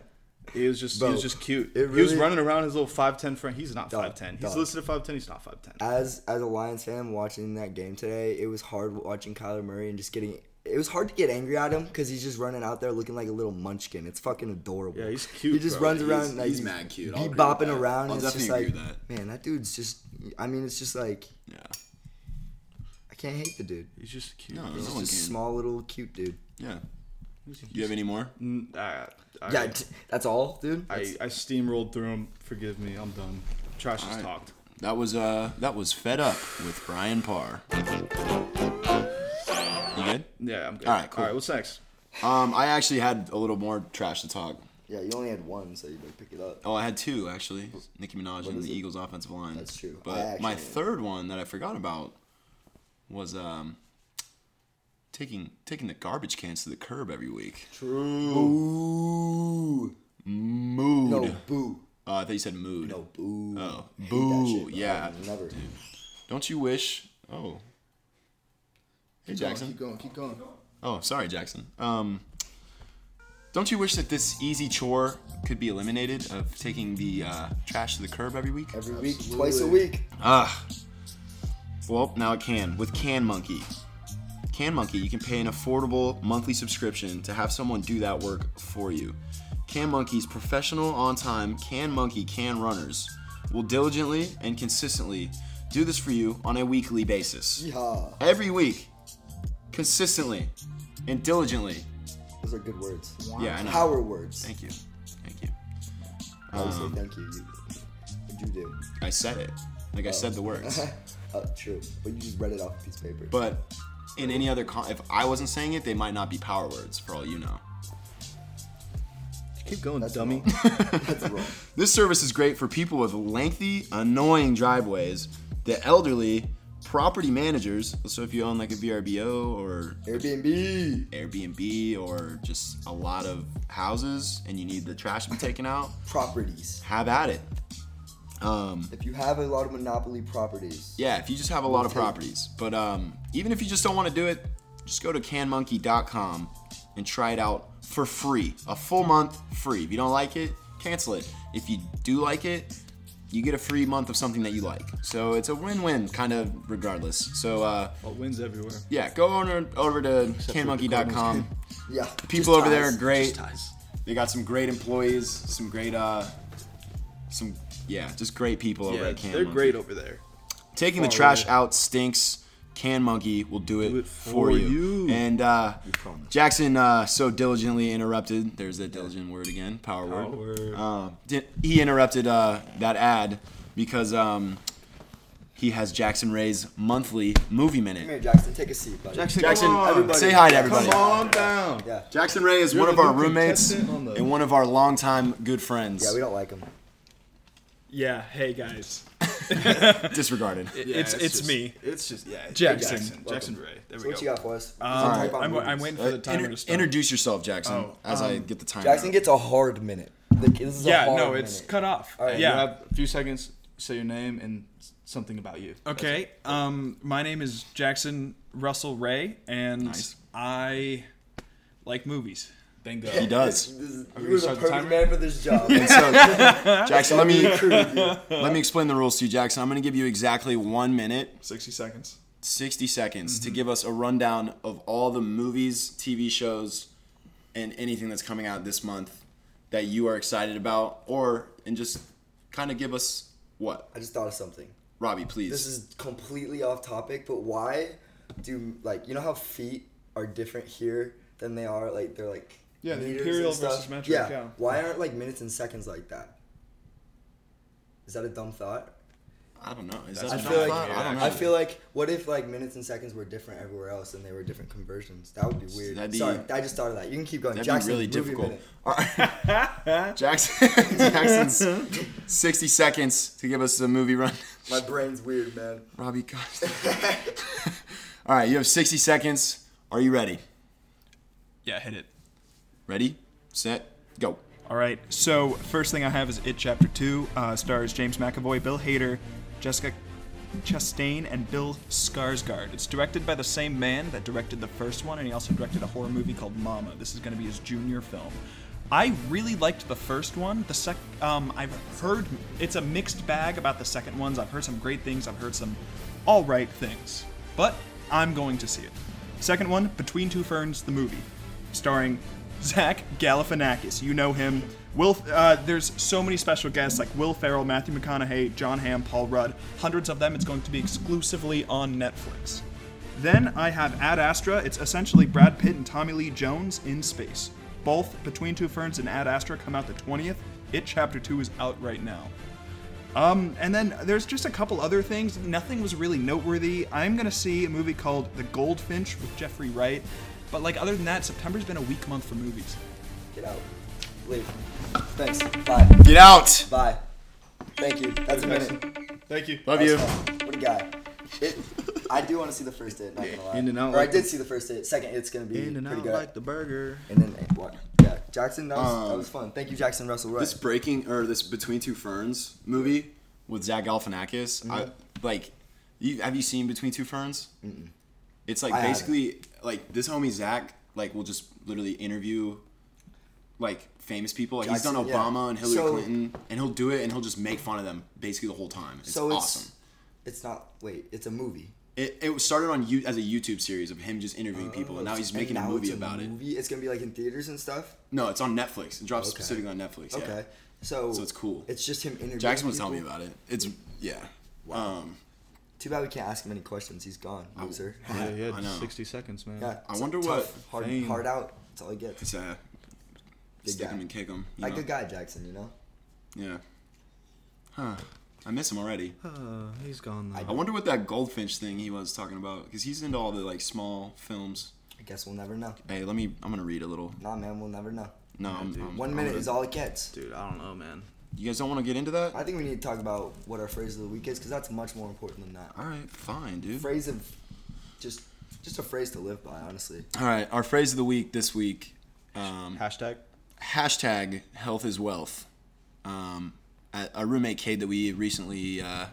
S4: he was just he
S3: Bro,
S4: was just cute.
S3: it
S4: he was
S3: really-
S4: running around his little five ten friend. He's not
S3: Dog,
S4: five ten. He's
S3: dog.
S4: listed at five ten. He's not five ten.
S3: As as a Lions fan watching that game today, it was hard watching Kyler Murray and just getting. It was hard to get angry at him because he's just running out there looking like a little munchkin. It's fucking adorable.
S4: Yeah, he's cute,
S3: He just
S4: bro.
S3: runs
S1: He's-
S3: around like
S1: he's mad cute. I'll agree with
S3: bopping
S1: that.
S3: around.
S1: I'll
S3: and it's just
S1: definitely
S3: like,
S1: agree with
S3: man, that dude's just. I mean, it's just like
S1: Yeah.
S3: I can't hate the dude.
S4: He's just cute.
S1: No,
S4: bro.
S1: no
S3: He's
S1: one
S3: just
S1: can.
S3: small little cute dude.
S1: Yeah. Do you have any more?
S4: Mm, all right, all
S3: Yeah,
S4: right.
S3: t- that's all, dude.
S4: I, I steamrolled through him. Forgive me. I'm done. Trash has
S1: All right.
S4: talked.
S1: That was uh that was fed up with Brian Parr. You good?
S4: Yeah, I'm good.
S1: All right, cool.
S4: All right, what's next?
S1: Um, I actually had a little more trash to talk.
S3: yeah, you only had one, so you better pick it up.
S1: Oh, I had two actually. Nicki Minaj and
S3: is
S1: the
S3: it?
S1: Eagles offensive line.
S3: That's true. I
S1: But
S3: actually
S1: my
S3: had it.
S1: third one that I forgot about was um taking taking the garbage cans to the curb every week.
S3: Ooh.
S1: Mood.
S3: No boo.
S1: Uh, I thought you said mood.
S3: No boo.
S1: Oh,
S3: I hate that
S1: boo,
S3: shit, bro.
S1: yeah.
S3: I've Never.
S1: Don't you wish? Oh. Hey Jackson.
S4: Keep going, keep going.
S1: Oh, sorry, Jackson. Um, don't you wish that this easy chore could be eliminated of taking the uh, trash to the curb every week?
S3: Every week, twice a week.
S1: Ah. Well, now it can with Can Monkey. Can Monkey, you can pay an affordable monthly subscription to have someone do that work for you. Can Monkey's professional on time Can Monkey Can Runners will diligently and consistently do this for you on a weekly basis.
S3: Yeehaw.
S1: Every week, consistently and diligently.
S3: Those are good words.
S1: Yeah, I know.
S3: Power words.
S1: Thank um, you. Thank you.
S3: I would say thank you. You, you do. Oh.
S1: I said it. Like I said the words.
S3: Uh, true. But you just read it off a piece of paper.
S1: But in any other con, if I wasn't saying it, they might not be power words for all you know.
S4: Keep going,
S3: That's
S4: dummy.
S3: wrong. That's wrong.
S1: This service is great for people with lengthy, annoying driveways, the elderly, property managers. So if you own like a VRBO or
S3: Airbnb.
S1: Airbnb or just a lot of houses and you need the trash to be taken out,
S3: Properties.
S1: have at it. Um,
S3: If you have a lot of monopoly properties,
S1: yeah, if you just have a lot of properties. But um, even if you just don't want to do it, just go to canmonkey.com and try it out for free. A full month free. If you don't like it, cancel it. If you do like it, you get a free month of something that you like. So it's a win win, kind of, regardless. So uh,
S4: Well, wins everywhere.
S1: yeah, go on over to canmonkey.com.
S3: yeah.
S1: People over there are
S3: Just
S1: great.
S4: ties.
S1: They got some great employees, some great, uh, some, yeah, just great people over
S4: Yeah,
S1: at Can
S4: they're
S1: Monkey.
S4: great over there.
S1: Taking the
S4: Oh,
S1: trash
S4: yeah.
S1: out stinks. Can Monkey will do it,
S4: it
S1: for
S4: for
S1: you.
S4: you.
S1: And uh,
S4: promise.
S1: Jackson uh, so diligently interrupted. There's that diligent word again, power, word. Um, di- he interrupted uh, that ad because um, he has Jackson Ray's monthly movie
S3: Come here,
S1: minute.
S3: Jackson. Take a seat, buddy.
S4: Jackson,
S1: Jackson,
S4: come on.
S3: everybody.
S1: say hi to everybody.
S4: Come on down.
S3: Yeah.
S1: Jackson Ray is
S4: You're
S1: one
S4: the
S1: of our
S4: new
S1: roommates
S4: contestant on the-
S1: and one of our longtime good friends.
S3: Yeah, we don't like him.
S5: Yeah, hey guys.
S1: Disregarded.
S5: it's it's
S4: just-
S5: me.
S4: It's just yeah. it's
S5: Jackson.
S4: Jackson, Jackson Ray. There
S3: So
S4: we
S3: what you
S4: go.
S3: got for us?
S5: Um,
S3: Let's talk about
S5: I'm, I'm
S3: movies.
S5: waiting for the timer
S1: Uh, Inter-
S5: to start.
S1: introduce yourself, Jackson,
S5: Oh,
S1: as I
S5: um,
S1: get the time.
S3: Jackson
S1: out.
S3: gets a hard minute. Like, this is a
S5: yeah,
S3: hard
S5: no, it's
S3: minute.
S5: cut off.
S3: All right,
S5: yeah.
S4: You have a few seconds. Say your name and s- something about you.
S5: Okay. Um, my name is Jackson Russell Ray, and
S1: Nice.
S5: I like movies.
S4: Bingo.
S1: he does.
S3: This is-
S4: we
S3: You were the
S4: gonna start the
S3: perfect
S4: timer?
S3: man for this job.
S1: And so, Jackson, let me
S3: Screw with you.
S1: Let me explain the rules to you, Jackson. I'm going to give you exactly one minute,
S5: 60 seconds.
S1: 60 seconds, to give us a rundown of all the movies, TV shows, and anything that's coming out this month that you are excited about, or, and just kind of give us what?
S3: I just thought of something.
S1: Robbie, please.
S3: This is completely off topic, but why do like you know how feet are different here than they are like they're like
S5: Yeah, the
S3: meters
S5: imperial
S3: and stuff?
S5: versus metric, yeah.
S3: Why aren't like minutes and seconds like that? Is that a dumb thought?
S1: I don't know. Is that
S4: That's
S1: a
S3: I
S4: what
S1: dumb
S3: feel like
S1: thought? I don't know.
S3: I feel like what if like minutes and seconds were different everywhere else and they were different conversions? That would be weird.
S1: That'd be-
S3: Sorry, I just thought of that. You can keep going.
S1: That'd
S3: Jackson,
S1: be really
S3: movie
S1: difficult.
S3: minute.
S1: All right. Jackson, Jackson's 60 seconds to give us a movie run.
S3: My brain's weird, man.
S1: Robbie, gosh. All right, you have 60 seconds. Are you ready?
S5: Yeah, hit it.
S1: Ready, set, go.
S5: All right. So first thing I have is It Chapter Two. Uh, stars James McAvoy, Bill Hader, Jessica Chastain, and Bill Skarsgård. It's directed by the same man that directed the first one, and he also directed a horror movie called Mama. This is going to be his junior film. I really liked the first one. The sec, um, I've heard it's a mixed bag about the second ones. I've heard some great things. I've heard some all right things, but I'm going to see it. Second one, Between Two Ferns, the movie starring Zach Galifianakis. You know him. Will uh, there's so many special guests like Will Ferrell, Matthew McConaughey, John Hamm, Paul Rudd. Hundreds of them. It's going to be exclusively on Netflix. Then I have Ad Astra. It's essentially Brad Pitt and Tommy Lee Jones in space. Both Between Two Ferns and Ad Astra come out the 20th. It Chapter 2 is out right now. Um, and then there's just a couple other things. Nothing was really noteworthy. I'm gonna see a movie called The Goldfinch with Jeffrey Wright. But like other than that, September's been a weak month for movies.
S3: Get out. Leave. Thanks. Bye.
S1: Get out.
S3: Bye. Thank you. That's a minute.
S4: Thank you.
S1: Love you.
S3: What a guy. It, I do want to see the first date. Not gonna lie.
S4: In and out
S3: Or I
S4: like
S3: did
S4: the-
S3: see the first date. Second, it's gonna be
S4: In and
S3: pretty
S4: out
S3: good.
S4: like the burger.
S3: and then eh, what? Yeah, Jackson. That was, that was fun. Thank you, Jackson Russell. Right.
S1: Um, This breaking or this Between Two Ferns movie with Zach Galifianakis, I like. You, have you seen Between Two Ferns? It's like
S3: I haven't.
S1: basically like this homie Zach like will just literally interview like famous people. Like, he's done
S3: Jackson, yeah.
S1: Obama and Hillary
S3: So-
S1: Clinton, and he'll do it and he'll just make fun of them basically the whole time. It's
S3: so it's
S1: awesome.
S3: it's not. Wait, it's a movie.
S1: It, it was started on you as a YouTube series of him just interviewing people, and now he's making
S3: Oh, now
S1: a movie
S3: it's
S1: about it.
S3: movie? It's gonna be like in theaters and stuff.
S1: No, it's on Netflix. It drops
S3: Okay.
S1: specifically on Netflix. yeah.
S3: Okay. So
S1: So it's cool.
S3: It's just him interviewing.
S1: Jackson was telling me
S3: people.
S1: about it. It's yeah. Um,
S3: Too bad we can't ask him any questions. He's gone, loser.
S4: Yeah, yeah.
S1: I know.
S4: 60 seconds, man.
S3: yeah.
S1: I
S3: it's
S1: wonder
S3: tough,
S1: what
S3: hard
S4: fame-
S3: hard out. That's all he gets.
S1: It's uh,
S3: Good
S1: stick
S3: guy.
S1: him and kick him. You
S3: Like
S1: know?
S3: a guy, Jackson. You know.
S1: Yeah. Huh. I miss him already.
S4: Uh, he's gone
S1: I
S4: though.
S1: wonder what that goldfinch thing he was talking about, because he's into all the like small films.
S3: I guess we'll never know.
S1: Hey, let me. I'm gonna read a little.
S3: Nah, man, we'll never know.
S1: No, I'm,
S4: dude.
S1: I'm-
S3: One
S1: I'm
S3: minute
S1: gonna-
S3: is all it gets.
S4: Dude, I don't know, man.
S1: You guys don't want to get into that?
S3: I think we need to talk about what our phrase of the week is because that's much more important than that.
S1: all right, fine, dude.
S3: Phrase of just just a phrase to live by, honestly.
S1: All right, our phrase of the week this week. Um,
S4: Hashtag.
S1: hashtag health is wealth. Um, a, a roommate Cade that we recently uh,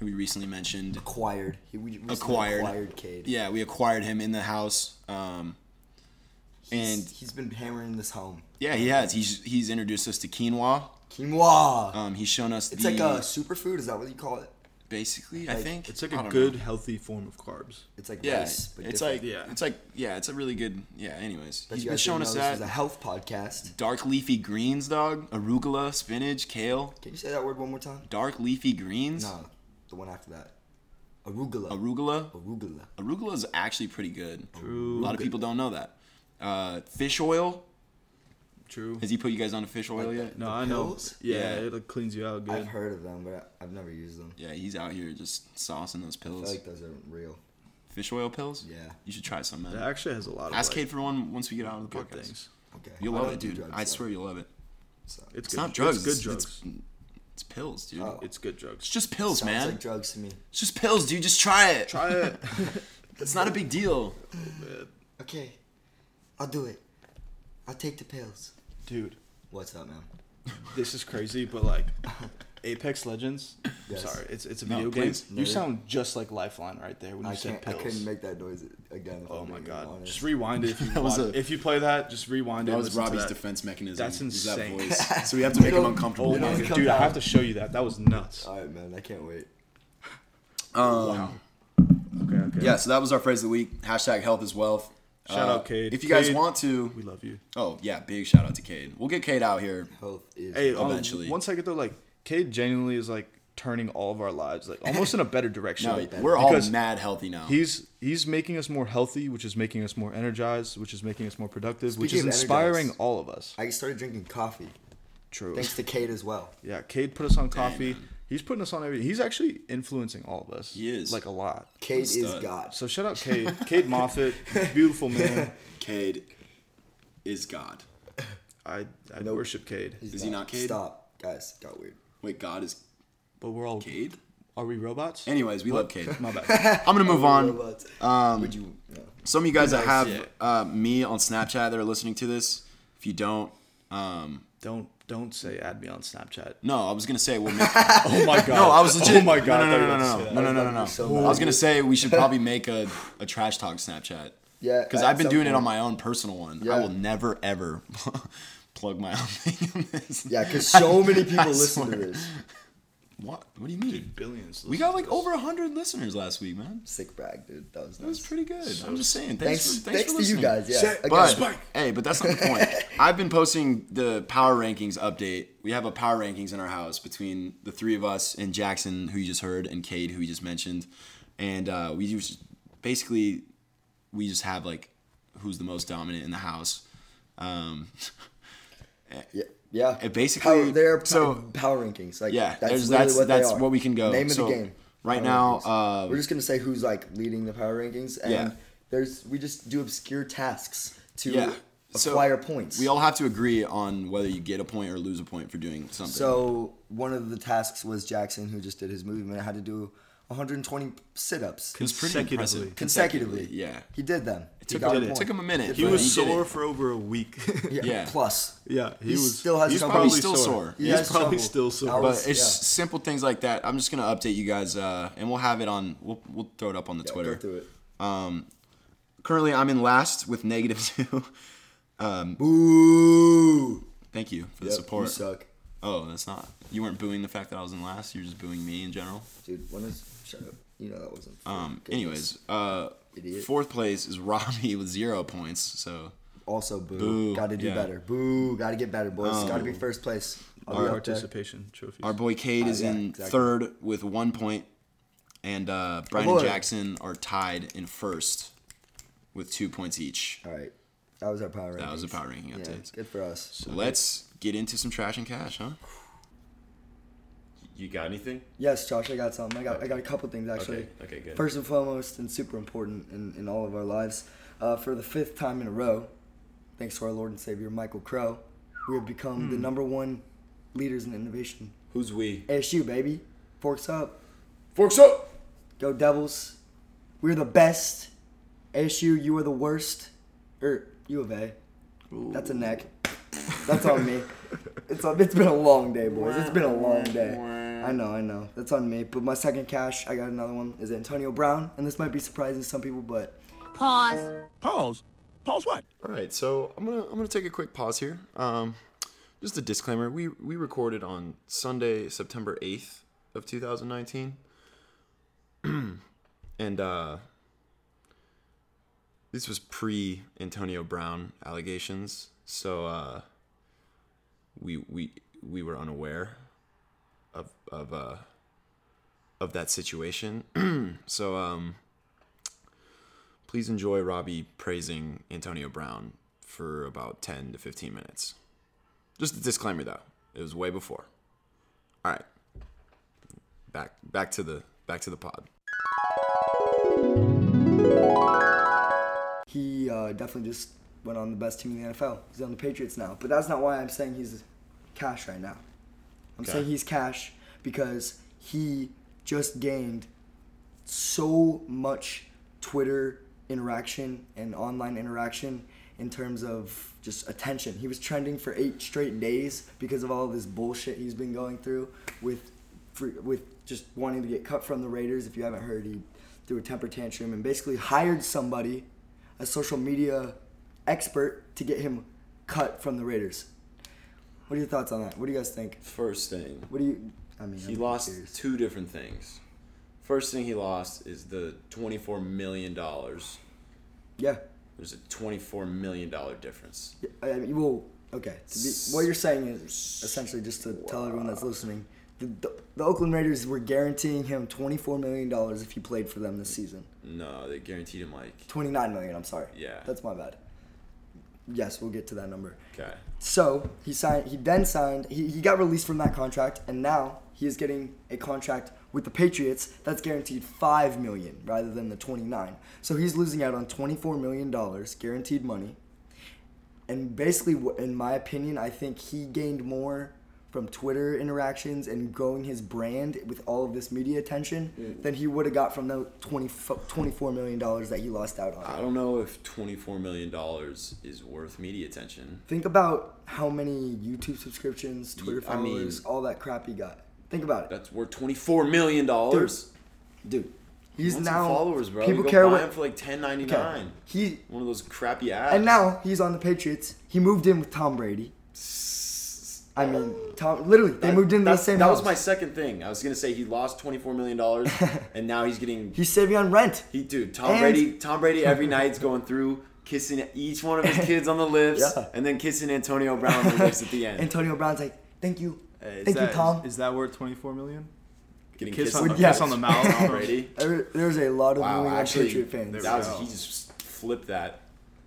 S1: that we recently mentioned
S3: Acquired. He we recently
S1: acquired.
S3: Acquired Cade.
S1: Yeah, we acquired him in the house. Um,
S3: He's-
S1: and
S3: he's been hammering this home.
S1: yeah, he has. He's he's introduced us to quinoa.
S3: Quinoa.
S1: Um, he's shown us
S3: it's
S1: the
S3: like a superfood. Is that what you call it?
S1: basically. I
S3: like-
S1: think
S4: It's like
S1: I
S4: a
S1: don't
S4: good,
S1: know.
S4: healthy form of carbs.
S3: It's like
S1: Yeah,
S3: rice, but
S1: it's
S3: different.
S1: like
S4: Yeah.
S1: it's like yeah, it's a really good yeah. Anyways,
S3: Bet
S1: he's
S3: you
S1: been
S3: guys didn't
S1: showing us
S3: know This is
S1: that
S3: a health podcast.
S1: dark leafy greens, dog, arugula, spinach, kale,
S3: Can you say that word one more time?
S1: dark leafy greens,
S3: No, the one after that. Arugula.
S1: arugula.
S3: Arugula.
S1: Arugula is actually pretty good. A lot of people don't know that. Uh, fish oil.
S4: True.
S1: Has he put you guys on to fish oil
S3: Like
S1: yet?
S3: that.
S4: No,
S3: The
S4: I
S3: pills?
S4: know. Yeah,
S1: Yeah.
S4: it like, cleans you out good.
S3: I've heard of them, but I- I've never used them.
S1: Yeah, he's out here just saucing those
S3: I
S1: pills.
S3: feel like those aren't real.
S1: fish oil pills.
S3: Yeah.
S1: you should try some, man.
S4: It actually has a lot of
S1: Ask
S4: like,
S1: Cade for one once we get out of the
S4: good
S1: podcast.
S4: things.
S3: Okay.
S1: You'll
S3: I
S1: love
S3: don't
S1: it,
S3: do
S1: dude.
S3: drugs,
S1: I
S3: so-
S1: swear you'll love it.
S3: so-
S1: It's
S4: good-
S1: not drugs.
S4: It's good drugs.
S1: It's, it's pills, dude.
S3: Oh.
S4: It's good drugs.
S1: It's just pills,
S3: Sounds
S1: man.
S3: like drugs to me.
S1: it's just pills, dude. Just try it.
S4: Try it.
S1: It's not a big deal.
S3: Okay, I'll do it. I'll take the pills.
S4: Dude,
S3: What's up, man?
S4: this is crazy, but like Apex Legends.
S3: Yes.
S4: I'm sorry, it's it's a
S1: No,
S4: video game.
S1: please.
S4: You sound just like Lifeline right there when you
S3: I
S4: said
S3: can't. I
S4: pills.
S3: couldn't make that noise again. If
S4: oh
S3: I'm
S4: my
S3: being
S4: god.
S3: honest.
S4: Just rewind it if you
S1: That was
S4: want.
S1: a-
S4: if you play that, just rewind it.
S1: That
S4: and
S1: was
S4: listen to
S1: Robbie's
S4: that.
S1: defense mechanism.
S4: That's
S1: is that
S4: insane.
S1: voice. So we have to make him
S3: Don't-
S1: uncomfortable.
S4: Oh
S3: It
S4: my
S3: don't
S4: god.
S3: come
S4: Dude, I
S3: out.
S4: have to show you that. That was nuts.
S3: All right, man. I can't wait.
S1: Um,
S4: Okay, okay.
S1: yeah, so that was our phrase of the week. Hashtag health is wealth.
S4: Shout
S1: Uh,
S4: out Cade.
S1: If you guys
S4: Cade,
S1: want to,
S4: We love you.
S1: oh yeah, big shout out to Cade. We'll get Cade out here.
S3: Health is.
S4: Hey,
S3: wealth.
S1: Eventually.
S4: eventually. Um, One second though, like Cade genuinely is like turning all of our lives like almost in a better direction.
S1: No,
S4: Like,
S1: we're all
S4: because
S1: mad healthy now.
S4: He's he's making us more healthy, which is making us more energized, which is making us more productive, which is
S3: Speaking of
S4: inspiring
S3: energized.
S4: all of us.
S3: I started drinking coffee
S4: True.
S3: thanks to Kate as well.
S4: Yeah, Cade put us on coffee.
S1: man.
S4: he's putting us on everything. He's actually influencing all of us.
S1: He is.
S4: like a lot.
S3: Kate is
S1: stud.
S3: God.
S4: So shout out Cade, Cade Moffitt, beautiful man.
S1: Cade is God.
S4: I I worship Cade,
S3: He's
S1: Is he not Cade?
S3: Stop, guys. it Got weird.
S1: Wait, God is
S4: but we're all
S1: Cade?
S4: are we robots?
S1: Anyways, we love Cade.
S4: My bad.
S1: I'm gonna move on.
S3: Robots. Um, Would you? No.
S1: Some of you guys that
S4: Yeah.
S1: have uh, me on Snapchat that are listening to this, if you don't, um,
S4: don't don't say add me on Snapchat.
S1: no, I was gonna say we'll make.
S4: Oh my god.
S1: No, I was legit.
S4: Oh my god.
S1: No, no, no,
S4: I thought you
S1: no, no,
S4: were about to
S1: no,
S4: say that.
S1: no, no, no, no.
S3: so
S1: I was
S3: bad.
S1: gonna say we should probably make a, a trash talk Snapchat.
S3: Yeah,
S1: Because
S3: at
S1: I've been
S3: some
S1: doing it on
S3: point.
S1: my own personal one. I
S3: Yeah.
S1: will never ever plug my own thing on this.
S3: Yeah, because so many people
S1: I
S3: listen to
S1: swear.
S3: this.
S1: What? What do you mean?
S4: Billions.
S1: We got like over hundred listeners last week, man.
S3: Sick brag, dude. That was nice.
S1: That was pretty good. I'm just saying. Thanks,
S3: Thanks,
S1: for, thanks,
S3: thanks,
S1: for
S3: to
S1: listening.
S3: you guys. Yeah.
S4: Shit,
S3: Again,
S1: But
S4: Spike.
S1: hey, but that's not the point. I've been posting the power rankings update. We have a power rankings in our house between the three of us and Jackson, who you just heard, and Cade, who you just mentioned, and uh, we just basically we just have like who's the most dominant in the house. Um,
S3: Yeah. Yeah.
S1: It basically-
S3: power, they're
S1: so-
S3: so, power rankings. Like
S1: yeah,
S3: that's
S1: there's,
S3: literally
S1: that's
S3: what they
S1: that's
S3: are.
S1: what we can go.
S3: Name of
S1: so
S3: the game.
S1: Right
S3: Power
S1: now,
S3: rankings.
S1: uh,
S3: we're just gonna say who's like leading the power rankings, and
S1: Yeah.
S3: there's we just do obscure tasks to
S1: yeah. So
S3: acquire points.
S1: We all have to agree on whether you get a point or lose a point for doing something.
S3: so one of the tasks was Jackson, who just did his movement, had to do 120 sit-ups
S1: it was pretty impressive.
S4: Consecutively.
S3: consecutively.
S1: Yeah.
S3: He did them. It
S1: took
S3: he got
S1: him-
S3: a
S1: it
S3: point.
S1: took him a minute,
S3: Good
S4: He
S1: but
S3: for him.
S4: was
S1: he did
S4: sore
S1: it.
S4: for over a week.
S1: Yeah.
S3: Plus,
S4: yeah,
S3: He
S4: he, was
S3: still has
S4: he's
S3: trouble.
S4: probably
S3: He's
S1: still sore.
S3: He
S4: He's
S3: has
S4: probably
S3: trouble.
S4: still sore.
S3: Our-
S4: But
S1: But it's
S3: Yeah.
S1: simple things like that. I'm just gonna update you guys, uh, and we'll have it on. We'll we'll throw it up on the
S3: go
S1: Twitter.
S3: through it.
S1: Currently, I'm in last with negative two.
S3: Boo!
S1: Thank you for the
S3: Yep, You
S1: support.
S3: suck,
S1: Oh, that's not. You weren't booing the fact that I was in last. You're just booing me in general.
S3: dude. When is shut up? You know that wasn't. fair.
S1: Um.
S3: Goodness.
S1: Anyways, uh,
S3: Idiot.
S1: fourth place is Robbie with zero points. So
S3: Also, boo.
S1: Boo,
S3: Got to do
S1: yeah. Um,
S3: better. Boo. Got to get better, boys. Got to be first place. I'll be out there.
S4: participation trophies.
S1: our boy Cade is
S3: Ah, yeah,
S1: in
S3: exactly. Oh,
S1: third with one point, and uh, Brian and
S3: boy.
S1: Jackson are tied in first with two points each.
S3: All right. That was our power rankings.
S1: That was the power ranking
S3: Yeah,
S1: updates.
S3: good for us.
S1: Let's get into some trash and cash, huh?
S6: You got anything?
S3: Yes, Josh, I got something. I got, I got a couple things, actually.
S6: Okay, okay, good.
S3: First and foremost, and super important in, in all of our lives, uh, for the fifth time in a row, thanks to our Lord and Savior, Michael Crow, we have become
S6: Hmm.
S3: the number one leaders in innovation.
S6: Who's we?
S3: ASU, baby. Forks up.
S6: Forks up!
S3: Go Devils. We're the best. Er, ASU, you are the worst. Or U of A. That's a neck. That's on me. It's on, it's been a long day, boys. It's been a long day. I know, I know. That's on me. But my second cash, I got another one, is Antonio Brown. And this might be surprising to some people, but
S6: Pause.
S7: Pause. Pause what?
S1: All right, so I'm gonna I'm gonna take a quick pause here. Um, just a disclaimer: we we recorded on Sunday, September 8th of 2019, and uh, this was pre Antonio Brown allegations, so uh, we we we were unaware of of uh, of that situation. so um, please enjoy Robbie praising Antonio Brown for about 10 to 15 minutes. Just a disclaimer though. It was way before. All right. Back back to the back to the pod.
S3: he uh, definitely just went on the best team in the NFL. He's on the Patriots now. But that's not why I'm saying he's cash right now. I'm saying he's cash because he just gained so much Twitter interaction and online interaction in terms of just attention. He was trending for eight straight days because of all this bullshit he's been going through with for, with just wanting to get cut from the Raiders. If you haven't heard, he threw a temper tantrum and basically hired somebody, a social media expert, to get him cut from the Raiders. What are your thoughts on that? What do you guys think?
S8: First thing,
S3: What do you? I mean,
S8: he
S3: I'm
S8: lost
S3: curious.
S8: two different things. First thing he lost is the twenty-four million dollars.
S3: Yeah.
S8: There's a twenty-four million dollar difference.
S3: I mean, well, okay. To be, what you're saying is essentially just to tell everyone that's listening. The, the, the Oakland Raiders were guaranteeing him $24 million if he played for them this season.
S8: No, they guaranteed him like
S3: 29 million, I'm sorry.
S8: Yeah.
S3: That's my bad. Yes, we'll get to that number.
S8: okay.
S3: So he signed. He then signed. He, he got released from that contract, and now he is getting a contract with the Patriots that's guaranteed five million rather than the twenty nine. So he's losing out on twenty four million dollars guaranteed money. And basically, wh- in my opinion, I think he gained more from Twitter interactions and growing his brand with all of this media attention than he would have got from the 20, f- $24 million dollars that he lost out on.
S8: I don't know if twenty-four million dollars is worth media attention.
S3: Think about how many YouTube subscriptions, Twitter
S8: I mean-
S3: followers, all that crap he got. Think about it,
S8: That's worth twenty-four million dollars.
S3: dude. He's
S8: He's
S3: now
S8: followers, bro.
S3: People
S8: you go
S3: care
S8: buy
S3: what
S8: him for like ten
S3: okay.
S8: ninety-nine.
S3: he
S8: One of those crappy apps.
S3: and now he's on the Patriots. He moved in with Tom Brady. I mean, Tom. Literally, they
S8: That-
S3: moved in the
S8: that's-
S3: same
S8: That
S3: house.
S8: was my second thing. I was gonna say he lost twenty four million dollars, and now he's getting.
S3: He's saving on rent.
S8: he, dude, Tom
S3: and-
S8: Brady. Tom Brady every night's going through kissing each one of his kids on the lips,
S3: Yeah.
S8: and then kissing Antonio Brown on the lips at the end.
S3: Antonio Brown's like, thank you,
S5: Hey, is
S3: thank you,
S5: that-
S3: Tom.
S5: Is that worth 24 million?
S8: getting
S5: Kiss
S8: kissed
S5: on the,
S3: yeah.
S5: kiss on the mouth.
S8: Tom Brady.
S3: There- There's a lot of New
S8: Wow,
S3: England
S8: actually,
S3: Patriot fans.
S8: that was,
S5: go.
S8: he just flipped that.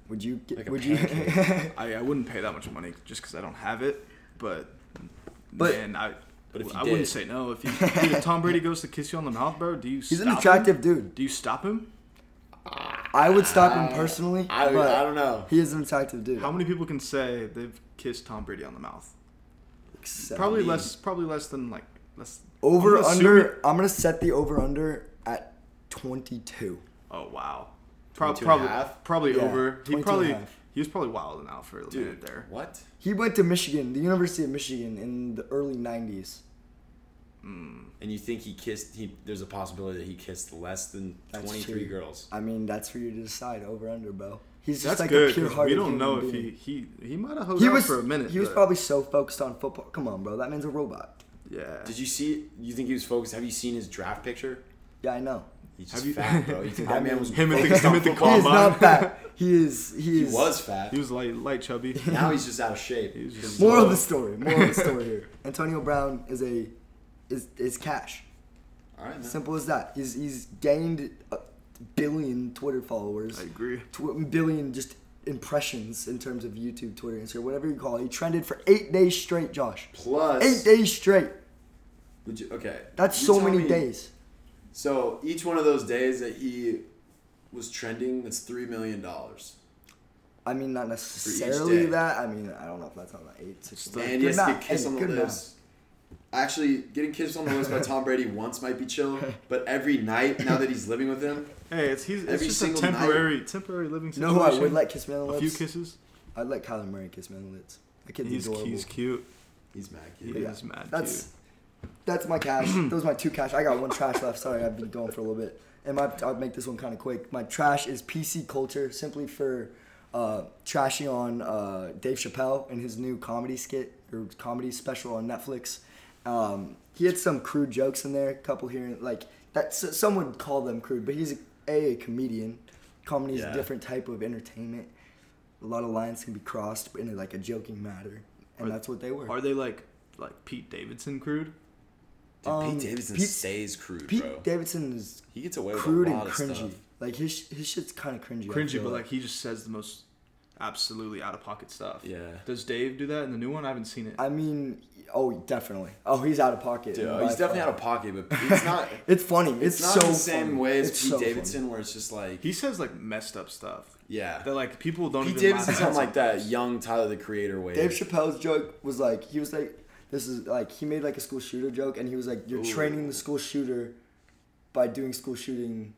S3: Would you? Get,
S8: Like a
S3: would you?
S4: I, I wouldn't pay that much money just because I don't have it, but
S3: But-
S4: man, I
S8: but if you
S4: I wouldn't
S8: did-
S4: say no. If you dude, if Tom Brady goes to kiss you on the mouth, bro, do you?
S3: he's
S4: stop
S3: an attractive
S4: Him?
S3: dude.
S4: Do you stop him?
S3: I would stop him personally.
S8: I,
S3: but
S8: I don't know.
S3: He is an attractive dude.
S4: How many people can say they've kissed Tom Brady on the mouth?
S3: Except-
S4: Probably less. Probably less than like less.
S3: Over
S4: I'm gonna
S3: under.
S4: assume-
S3: I'm gonna set the over under at 22.
S4: Oh wow. Pro-
S8: 22 and a
S4: probably
S8: half?
S4: probably
S3: Yeah,
S4: over.
S3: 22
S4: He
S3: and a
S4: probably
S3: half.
S4: he was probably wilding out for a minute
S8: Dude,
S4: there.
S8: what?
S3: He went to Michigan, the University of Michigan, in the early 90s.
S8: And you think he kissed? He, there's a possibility that he kissed less than
S3: That's
S8: twenty three
S3: true.
S8: girls.
S3: I mean, that's for you to decide. Over under, bro. He's just
S4: That's
S3: like a
S4: good. 'cause
S3: pure hearted.
S4: We don't know if he he he might have hosed
S3: He
S4: out
S3: was
S4: for a minute.
S3: He was
S4: but-
S3: probably so focused on football. Come on, bro. That man's a robot.
S4: yeah.
S8: Did you see? You think he was focused? Have you seen his draft picture?
S3: Yeah, I know.
S8: He's just
S4: Have you-
S8: fat, bro. You think that man was
S4: Him at the-
S8: focused on
S4: him at the
S8: football?
S3: He is
S4: Combine.
S3: not fat. He is. He
S8: He
S3: is.
S8: was fat.
S4: He was light light chubby.
S8: now he's just out of shape.
S4: He was just
S3: Moral of the story. Moral of the story here. Antonio Brown is a, is is cash.
S8: All right, man.
S3: Simple as that. He's he's gained a billion Twitter followers.
S4: I agree.
S3: Tw- billion just impressions in terms of YouTube, Twitter, Instagram, whatever you call it. He trended for eight days straight, Josh.
S8: Plus,
S3: Eight days straight.
S8: would you- okay.
S3: That's
S8: You
S3: so
S8: tell
S3: many
S8: me-
S3: days.
S8: So each one of those days that he was trending, that's three million dollars.
S3: I mean, not necessarily
S8: day.
S3: that. I mean, I don't know if that's on the eight. Six,
S8: And he
S3: Good
S8: has to
S3: math.
S8: get kissed
S3: Hey,
S8: on the
S3: good
S8: lips. Actually, getting kissed on the lips by Tom Brady once might be chill, but every night now that he's living with him,
S4: Hey, it's he's it's
S8: Every
S4: just a
S8: single night.
S4: temporary temporary living
S3: You
S4: situation.
S3: know who I would let kiss me on the
S4: a
S3: lips?
S4: few kisses.
S3: I'd let Kyler Murray kiss me on the lips. That kid's
S4: He's,
S3: adorable.
S4: he's cute.
S1: He's mad
S4: He
S1: kid.
S4: is mad
S3: That's
S4: cute.
S3: that's my cash. Those are my two cash. I got one trash left. Sorry, I've been going for a little bit. And my I'll make this one kind of quick. My trash is PC culture, simply for uh, trashing on uh, Dave Chappelle and his new comedy skit or comedy special on Netflix. Um, he had some crude jokes in there, a couple here, and like that. s- Some would call them crude, but he's a, a comedian. Comedy is
S9: Yeah.
S3: a different type of entertainment. A lot of lines can be crossed in like a joking matter, and that's what they were.
S4: Are they like like Pete Davidson crude?
S1: Dude,
S3: Um,
S1: Pete Davidson
S3: Pete-
S1: stays crude,
S3: Pete
S1: bro.
S3: Davidson is
S1: he gets away with
S3: crude
S1: a
S3: and
S1: lot of
S3: cringy.
S1: stuff.
S3: Like his sh- his shit's kind of cringy. I
S4: Cringy,
S3: feel
S4: but like he just says the most absolutely out of pocket stuff.
S1: Yeah.
S4: Does Dave do that in the new one? I haven't seen it.
S3: I mean, oh, definitely. Oh, he's out of pocket.
S1: Dude,
S3: by
S1: he's definitely
S3: far.
S1: out of pocket, but it's not.
S3: It's funny. It's,
S1: It's, not
S3: so
S1: the same
S3: funny.
S1: way as
S3: It's
S1: Pete
S3: so funny.
S1: Davidson, where it's just like
S4: he says like messed up stuff.
S1: Yeah.
S4: That like people don't
S1: Pete
S4: even
S1: Davidson's
S4: laugh
S1: on
S4: at
S1: like that young Tyler the Creator wave.
S3: Dave Chappelle's joke was like he was like this is like he made like a school shooter joke and he was like you're training the school shooter by doing school shooting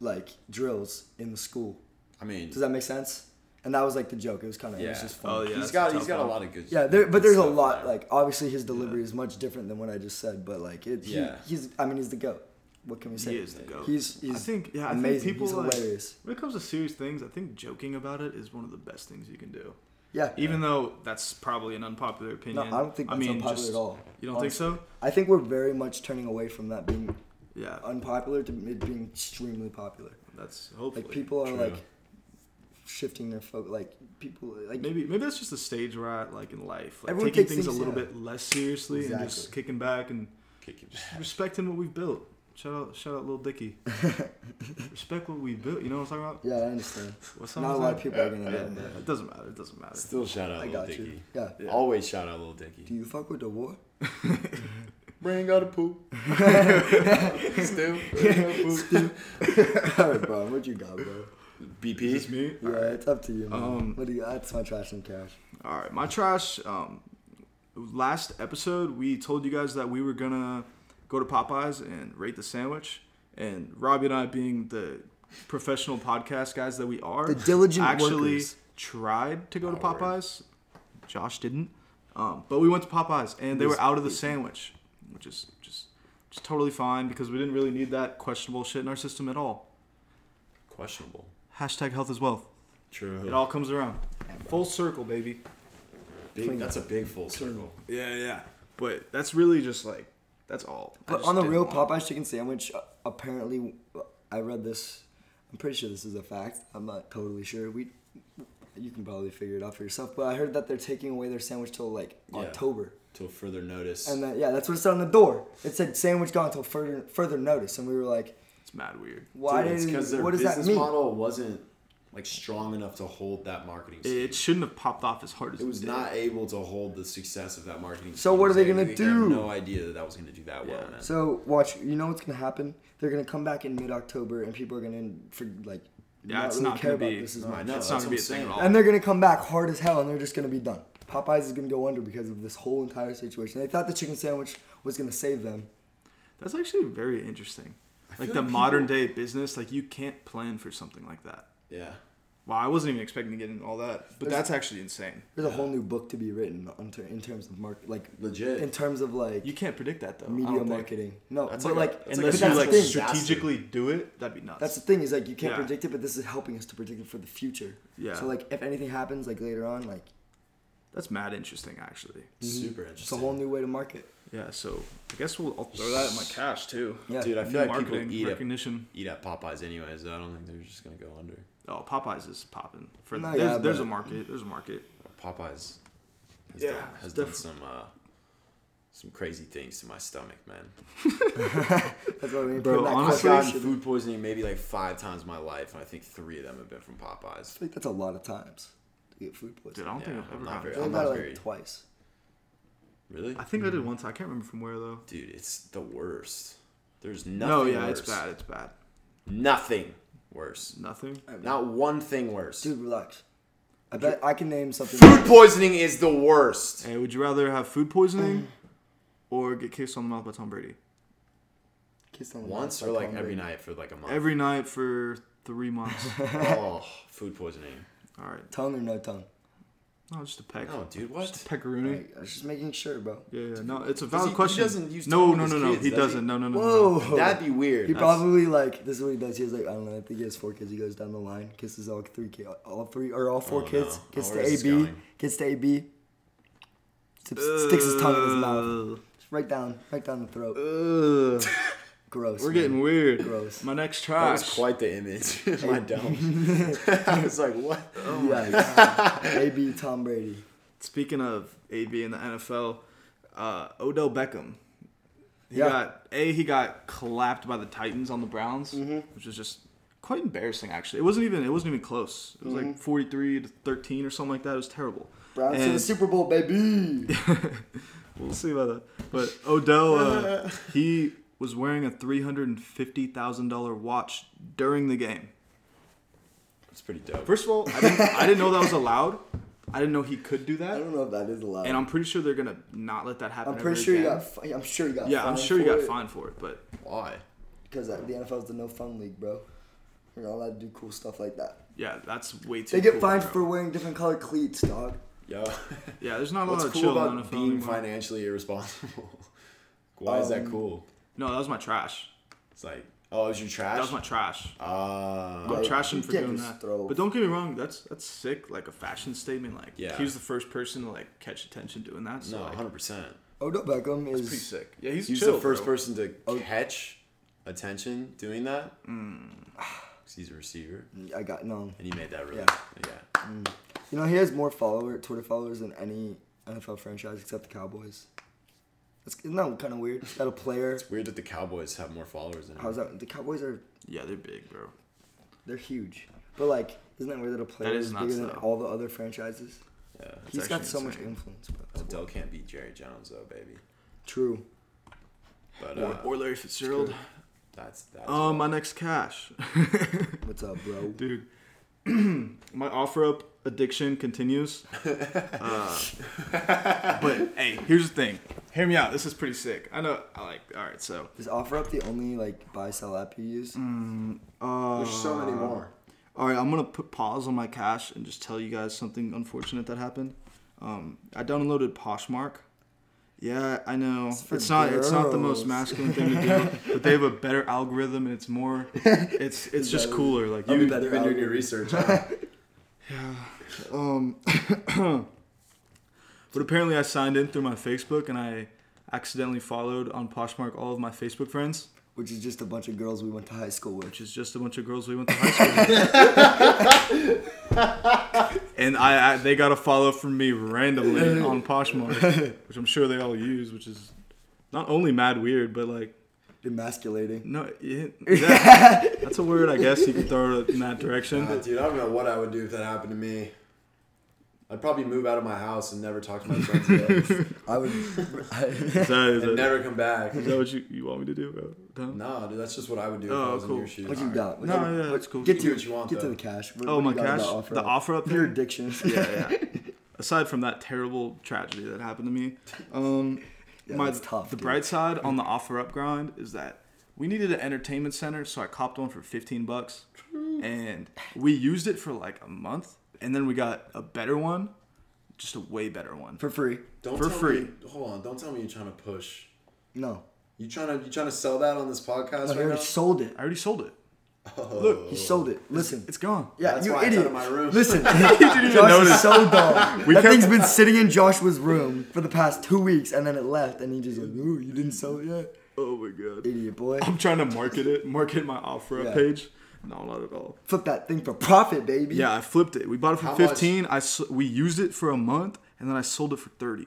S3: like drills in the school.
S1: I mean,
S3: Does that make sense? And that was like the joke. It was kind of it was
S1: Yeah.
S3: just funny.
S4: Oh yeah.
S1: he's
S4: that's
S1: got
S4: a
S1: he's
S4: tough
S1: got a
S4: one.
S1: lot of good.
S3: Yeah, there, but there's a
S1: stuff
S3: lot.
S1: there.
S3: Like, obviously, his delivery is much different than what I just said, but like, it, he-
S1: Yeah.
S3: he's. I mean, he's the goat. What can we say?
S4: He is the goat.
S3: He's. he's
S4: I think yeah. I
S3: amazing.
S4: think people
S3: he's
S4: like,
S3: hilarious.
S4: when it comes to serious things, I think joking about it is one of the best things you can do.
S3: Yeah.
S4: Even though that's probably an unpopular
S3: no,
S4: opinion.
S3: I don't think that's unpopular
S4: just-
S3: at all.
S4: You don't think so?
S3: I think we're very much turning away from that being
S4: Yeah,
S3: unpopular to it being extremely popular.
S4: that's hopefully.
S3: Like people are
S1: True.
S3: like shifting their focus. Like people like
S4: maybe maybe that's just the stage we're at, like in life, like
S3: Everyone
S4: taking
S3: takes
S4: things, a
S3: things-
S4: little
S3: yeah.
S4: bit less seriously and just
S3: Exactly.
S4: kicking back and
S1: Kick him.
S4: respecting what we've built. Shout out, shout out, little Dicky. Respect what we built. You know what I'm talking about?
S3: Yeah, I understand.
S4: What song
S3: Not a
S4: is
S3: lot
S4: that?
S3: of people are gonna
S4: Yeah,
S3: know. that.
S4: yeah, it doesn't matter. It doesn't matter.
S1: Still shout out
S3: I
S1: Lil
S3: got you.
S1: Dicky.
S3: Yeah.
S1: Always shout out Lil
S3: Do
S1: Dicky.
S3: you fuck with the war?
S1: Bring out a poop. Stu. Bring out a poop.
S3: Alright, bro. What you got, bro?
S4: It's
S1: BP.
S4: me.
S3: Yeah, it's up to you. Man.
S4: Um,
S3: what do you? That's my trash and cash.
S4: All right, my trash. Um, last episode we told you guys that we were gonna go to Popeyes and rate the sandwich, and Robbie and I, being the professional podcast guys that we are,
S3: The diligent
S4: actually
S3: workers.
S4: tried to go to Popeyes. Josh didn't, um, but we went to Popeyes and they were out of the sandwich, which is just just totally fine because we didn't really need that questionable shit in our system at all.
S1: Questionable.
S4: Hashtag health is wealth.
S1: True.
S4: It all comes around, full circle, baby.
S1: Big, that's a big full circle.
S4: Yeah, yeah. But that's really just like that's all. I
S3: But
S4: just
S3: on the
S4: didn't
S3: real
S4: want-
S3: Popeye's chicken sandwich, uh, apparently, uh, I read this. I'm pretty sure this is a fact. I'm not totally sure. We, you can probably figure it out for yourself. But I heard that they're taking away their sandwich till like
S1: Yeah.
S3: October.
S1: Till further notice.
S3: And that, yeah, that's what it said on the door. It said sandwich gone till further further notice, and we were like,
S4: it's mad weird.
S3: why
S1: Dude, it's
S3: did?
S1: their
S3: What does that
S1: business
S3: mean?
S1: model wasn't like strong enough to hold that marketing. scheme.
S4: It shouldn't have popped off as hard as
S1: It was
S4: did.
S1: not able to hold the success of that marketing.
S3: So
S1: scheme.
S3: what are they
S1: They-
S3: gonna
S1: they had
S3: do?
S1: No idea that that was going to do that well.
S4: Yeah.
S1: man.
S3: So watch, you know what's gonna happen? They're gonna come back in mid October, and people are gonna for like.
S4: Yeah, it's not
S3: care
S4: gonna
S3: about
S4: be-
S3: This is
S4: no,
S1: No,
S3: my
S4: It's
S1: that's
S4: not
S1: what
S4: gonna
S1: I'm
S4: be a thing
S1: saying.
S4: at all.
S3: And they're gonna come back hard as hell, and they're just gonna be done. Popeyes is gonna go under because of this whole entire situation. They thought the chicken sandwich was gonna save them.
S4: That's actually very interesting. Like the modern day business, like you can't plan for something like that.
S1: Yeah.
S3: Mm-hmm.
S4: Wow, I wasn't even expecting to get into all that, but
S3: There's-
S4: that's actually insane.
S3: There's a whole new book to be written on ter- in terms of market, like
S1: Legit.
S3: in terms of like
S4: You can't predict that though. I
S3: media
S4: don't think.
S3: marketing. No,
S1: That's
S3: but
S1: like a-
S3: like,
S1: that's
S3: but
S1: like
S4: Unless
S1: a
S4: you
S3: that's
S4: like
S3: the thing.
S1: disaster.
S4: strategically do it, that'd be nuts.
S3: That's the thing is like you can't
S4: Yeah.
S3: predict it, but this is helping us to predict it for the future.
S4: Yeah.
S3: So like, if anything happens like later on, like
S4: that's mad interesting actually.
S3: Mm-hmm.
S1: Super
S3: it's a
S1: interesting.
S3: whole new way to market.
S4: Yeah, so I guess we'll I'll throw that in my cash too.
S3: Yeah.
S1: Dude, I
S4: New
S1: feel like
S4: marketing
S1: people eat at,
S4: recognition.
S1: eat at Popeyes anyways. though. I don't think they're just going to go under.
S4: Oh, Popeyes is popping. For
S3: No,
S4: there's,
S3: yeah,
S4: there's a
S3: but-
S4: market. There's a market.
S1: Popeyes has
S4: Yeah,
S1: done, has
S4: it's
S1: done
S4: different.
S1: some uh, some crazy things to my stomach, man.
S3: That's what I mean.
S4: Bro,
S3: putting that
S1: I've
S3: corporation-
S4: honestly,
S1: gotten food poisoning maybe like five times in my life, and I think three of them have been from Popeyes.
S3: I think that's a lot of times to get food
S4: Dude,
S3: poisoning.
S4: I don't
S1: Yeah,
S4: think I've
S1: I'm
S4: ever
S1: not
S4: gotten
S1: very-
S3: I
S1: I'm
S3: got
S1: not
S3: it like
S1: very-
S3: twice.
S1: Really?
S4: I think I did once. I can't remember from where though.
S1: Dude, it's the worst. There's nothing.
S4: No, yeah, it's
S1: worse.
S4: bad. It's bad.
S1: Nothing worse.
S4: Nothing.
S1: Not one thing worse.
S3: Dude, relax. I bet I can name something.
S1: Food poisoning is the worst.
S4: Hey, would you rather have food poisoning or get kissed on the mouth by Tom Brady
S3: Kissed on the
S1: Once
S3: mouth
S1: or
S3: by
S1: like
S3: Tom
S1: every
S3: Brady.
S1: night for like a month.
S4: every night for three months?
S1: oh, food poisoning.
S4: All right.
S3: Tongue or no tongue?
S4: No, just a peck.
S1: No, Oh, dude, what?
S4: Just a peckaroonie.
S3: I was just making sure, bro.
S4: Yeah, yeah, no, it's a valid
S1: he- he
S4: question.
S1: doesn't use
S4: no,
S1: tongue
S4: no,
S1: with
S4: no,
S1: his
S4: no,
S1: kids,
S4: he
S1: does he?
S4: doesn't. No, no, no. no.
S3: Whoa.
S1: That'd be weird.
S3: He probably like this is what he does. He's like, I don't know. I think he has four kids. He goes down the line, kisses all three, ki- all three or all four
S1: Oh,
S3: kids,
S1: no. Oh,
S3: gets
S1: where
S3: to
S1: is
S3: AB,
S1: this going?
S3: gets to AB, Tips- sticks his tongue in his mouth, Just right down, right down the throat.
S4: Ugh,
S3: Gross.
S4: we're
S3: man.
S4: getting weird.
S3: Gross.
S4: My next
S1: That
S4: track.
S1: was quite the image. My dome. I was like, what?
S3: Yeah. AB Tom Brady.
S4: Speaking of AB in the NFL, uh, Odell Beckham. He
S3: Yeah.
S4: got a he got clapped by the Titans on the Browns,
S3: Mm-hmm.
S4: which is just quite embarrassing. Actually, it wasn't even it wasn't even close. It was like forty three to thirteen or something like that. It was terrible.
S3: Mm-hmm. Browns to the
S4: And-
S3: Super Bowl, baby.
S4: We'll see about that. But Odell, uh, he was wearing a three hundred and fifty thousand dollar watch during the game.
S1: It's pretty dope.
S4: First of all, I didn't, I didn't know that was allowed. I didn't know he could do
S3: I
S4: that,
S3: don't know if that is allowed.
S4: and I'm pretty sure they're gonna not let that happen.
S3: I'm pretty
S4: ever
S3: sure you
S4: again.
S3: got. Fi- I'm sure you got.
S4: Yeah, I'm sure you got fined for it, but
S1: Why?
S3: because the NFL is the no fun league, bro. You're not allowed to do cool stuff like that.
S4: yeah, that's way too.
S3: They get
S4: cool,
S3: fined
S4: bro.
S3: for wearing different colored cleats, dog.
S1: Yo.
S4: Yeah, there's not a lot
S1: What's
S4: of
S1: cool
S4: chill in
S1: about
S4: NFL
S1: being
S4: anymore.
S1: financially irresponsible? Why is
S4: Um,
S1: that cool?
S4: No, that was my trash.
S1: It's like, oh, is your trash?
S4: That was my trash.
S1: Uh,
S4: I'm
S3: Right. You
S4: trashing for
S3: can't
S4: doing
S3: just
S4: that.
S3: throw-
S4: But don't get me wrong, that's that's sick. Like a fashion statement. Like
S1: Yeah.
S4: he was the first person to like catch attention doing that. So
S1: no,
S4: like,
S1: 100%.
S3: Odell Beckham is
S4: pretty sick. Yeah, he's,
S1: He's
S4: chill,
S1: the first
S4: bro.
S1: person to catch attention doing that. Mm. 'Cause He's a receiver.
S3: I got no.
S1: And he made that really.
S3: Yeah.
S1: yeah.
S3: You know he has more follower Twitter followers than any NFL franchise except the Cowboys. That's, isn't that kind of weird? That a player?
S1: Weird that the Cowboys have more followers than him.
S3: How's that? The Cowboys are
S4: Yeah, they're big, bro.
S3: they're huge, but like, isn't that weird that a player
S4: That is
S3: is bigger
S4: nuts,
S3: than
S4: though.
S3: all the other franchises?
S1: Yeah.
S4: It's
S3: He's got
S4: actually
S3: so much
S4: insane.
S3: influence, bro.
S1: Odell can't beat Jerry Jones though, baby.
S3: True.
S1: But uh,
S4: Or Larry Fitzgerald.
S1: that's that's
S4: Um, my next cash,
S3: What's up, bro?
S4: dude. my offer up addiction continues. Uh, but hey, here's the thing. Hear me out. This is pretty sick. I know. I like. All right, so
S3: Is OfferUp the only like buy sell app you use?
S1: there's so many more.
S4: All right, I'm gonna put pause on my cash and just tell you guys something unfortunate that happened. Um, I downloaded Poshmark. Yeah, I know it's,
S3: for
S4: not it's not the
S3: girls.
S4: most masculine thing to do, but they have a better algorithm and it's more it's it's just cooler. Like
S3: I'll be
S4: you,
S3: better
S1: You've been
S3: out.
S1: doing your research. Huh?
S4: but apparently I signed in through my Facebook and I accidentally followed on Poshmark all of my Facebook friends,
S3: Which is just a bunch of girls we went to high school with.
S4: which is just a bunch of girls we went to high school. with. and I, I they got a follow from me randomly on Poshmark, which I'm sure they all use, which is not only mad weird, but like
S3: Emasculating.
S4: no, yeah, yeah. that's a word I guess you can throw it in that direction.
S1: Uh, dude, I don't know what I would do if that happened to me. I'd probably move out of my house and never talk to my friends again,
S3: I would. I,
S4: Is that, is
S1: and
S4: that,
S1: never come back.
S4: is that what you, you want me to do, bro? No?
S1: No, dude, that's just what I would do if
S4: Oh,
S1: I was
S4: cool.
S1: in your shoes.
S3: what you got? What
S4: No,
S3: you-
S4: yeah, that's cool.
S3: Get
S1: do
S3: to
S1: what you want,
S3: Get to
S1: though.
S3: the cash. What-
S4: Oh
S3: what
S4: my
S3: you got
S4: gosh,
S3: about OfferUp?
S4: the offer up
S3: Your
S4: there.
S3: addiction.
S4: yeah, yeah. Aside from that terrible tragedy that happened to me, um, my
S3: that's tough,
S4: the
S3: dude.
S4: bright side on the offer up grind is that we needed an entertainment center, so I copped one for fifteen bucks, and we used it for like a month, and then we got a better one, just a way better one.
S3: For free.
S1: Don't
S4: For
S1: tell
S4: free.
S1: Me, hold on, don't tell me you're trying to push.
S3: No.
S1: You trying to you trying to sell that on this
S3: No,
S1: podcast
S3: he
S1: right now?
S3: already sold it.
S4: I already sold it. Look,
S3: He sold it. Listen.
S4: Oh. it's gone.
S3: Yeah,
S1: That's
S3: you
S1: why it's
S3: idiot.
S1: out of my room.
S3: Listen, Josh is
S4: notice.
S3: so dumb. that
S4: kept-
S3: thing's been sitting in Joshua's room for the past two weeks, and then it left, and he just goes, "Ooh, you didn't sell it yet,
S4: Oh my god.
S3: idiot boy."
S4: I'm trying to market it, market my offer up
S3: Yeah.
S4: page. No, not at all.
S3: Flip that thing for profit, baby.
S4: Yeah, I flipped it. We bought it for
S1: How much?
S4: 15. I s- we used it for a month and then I sold it for 30.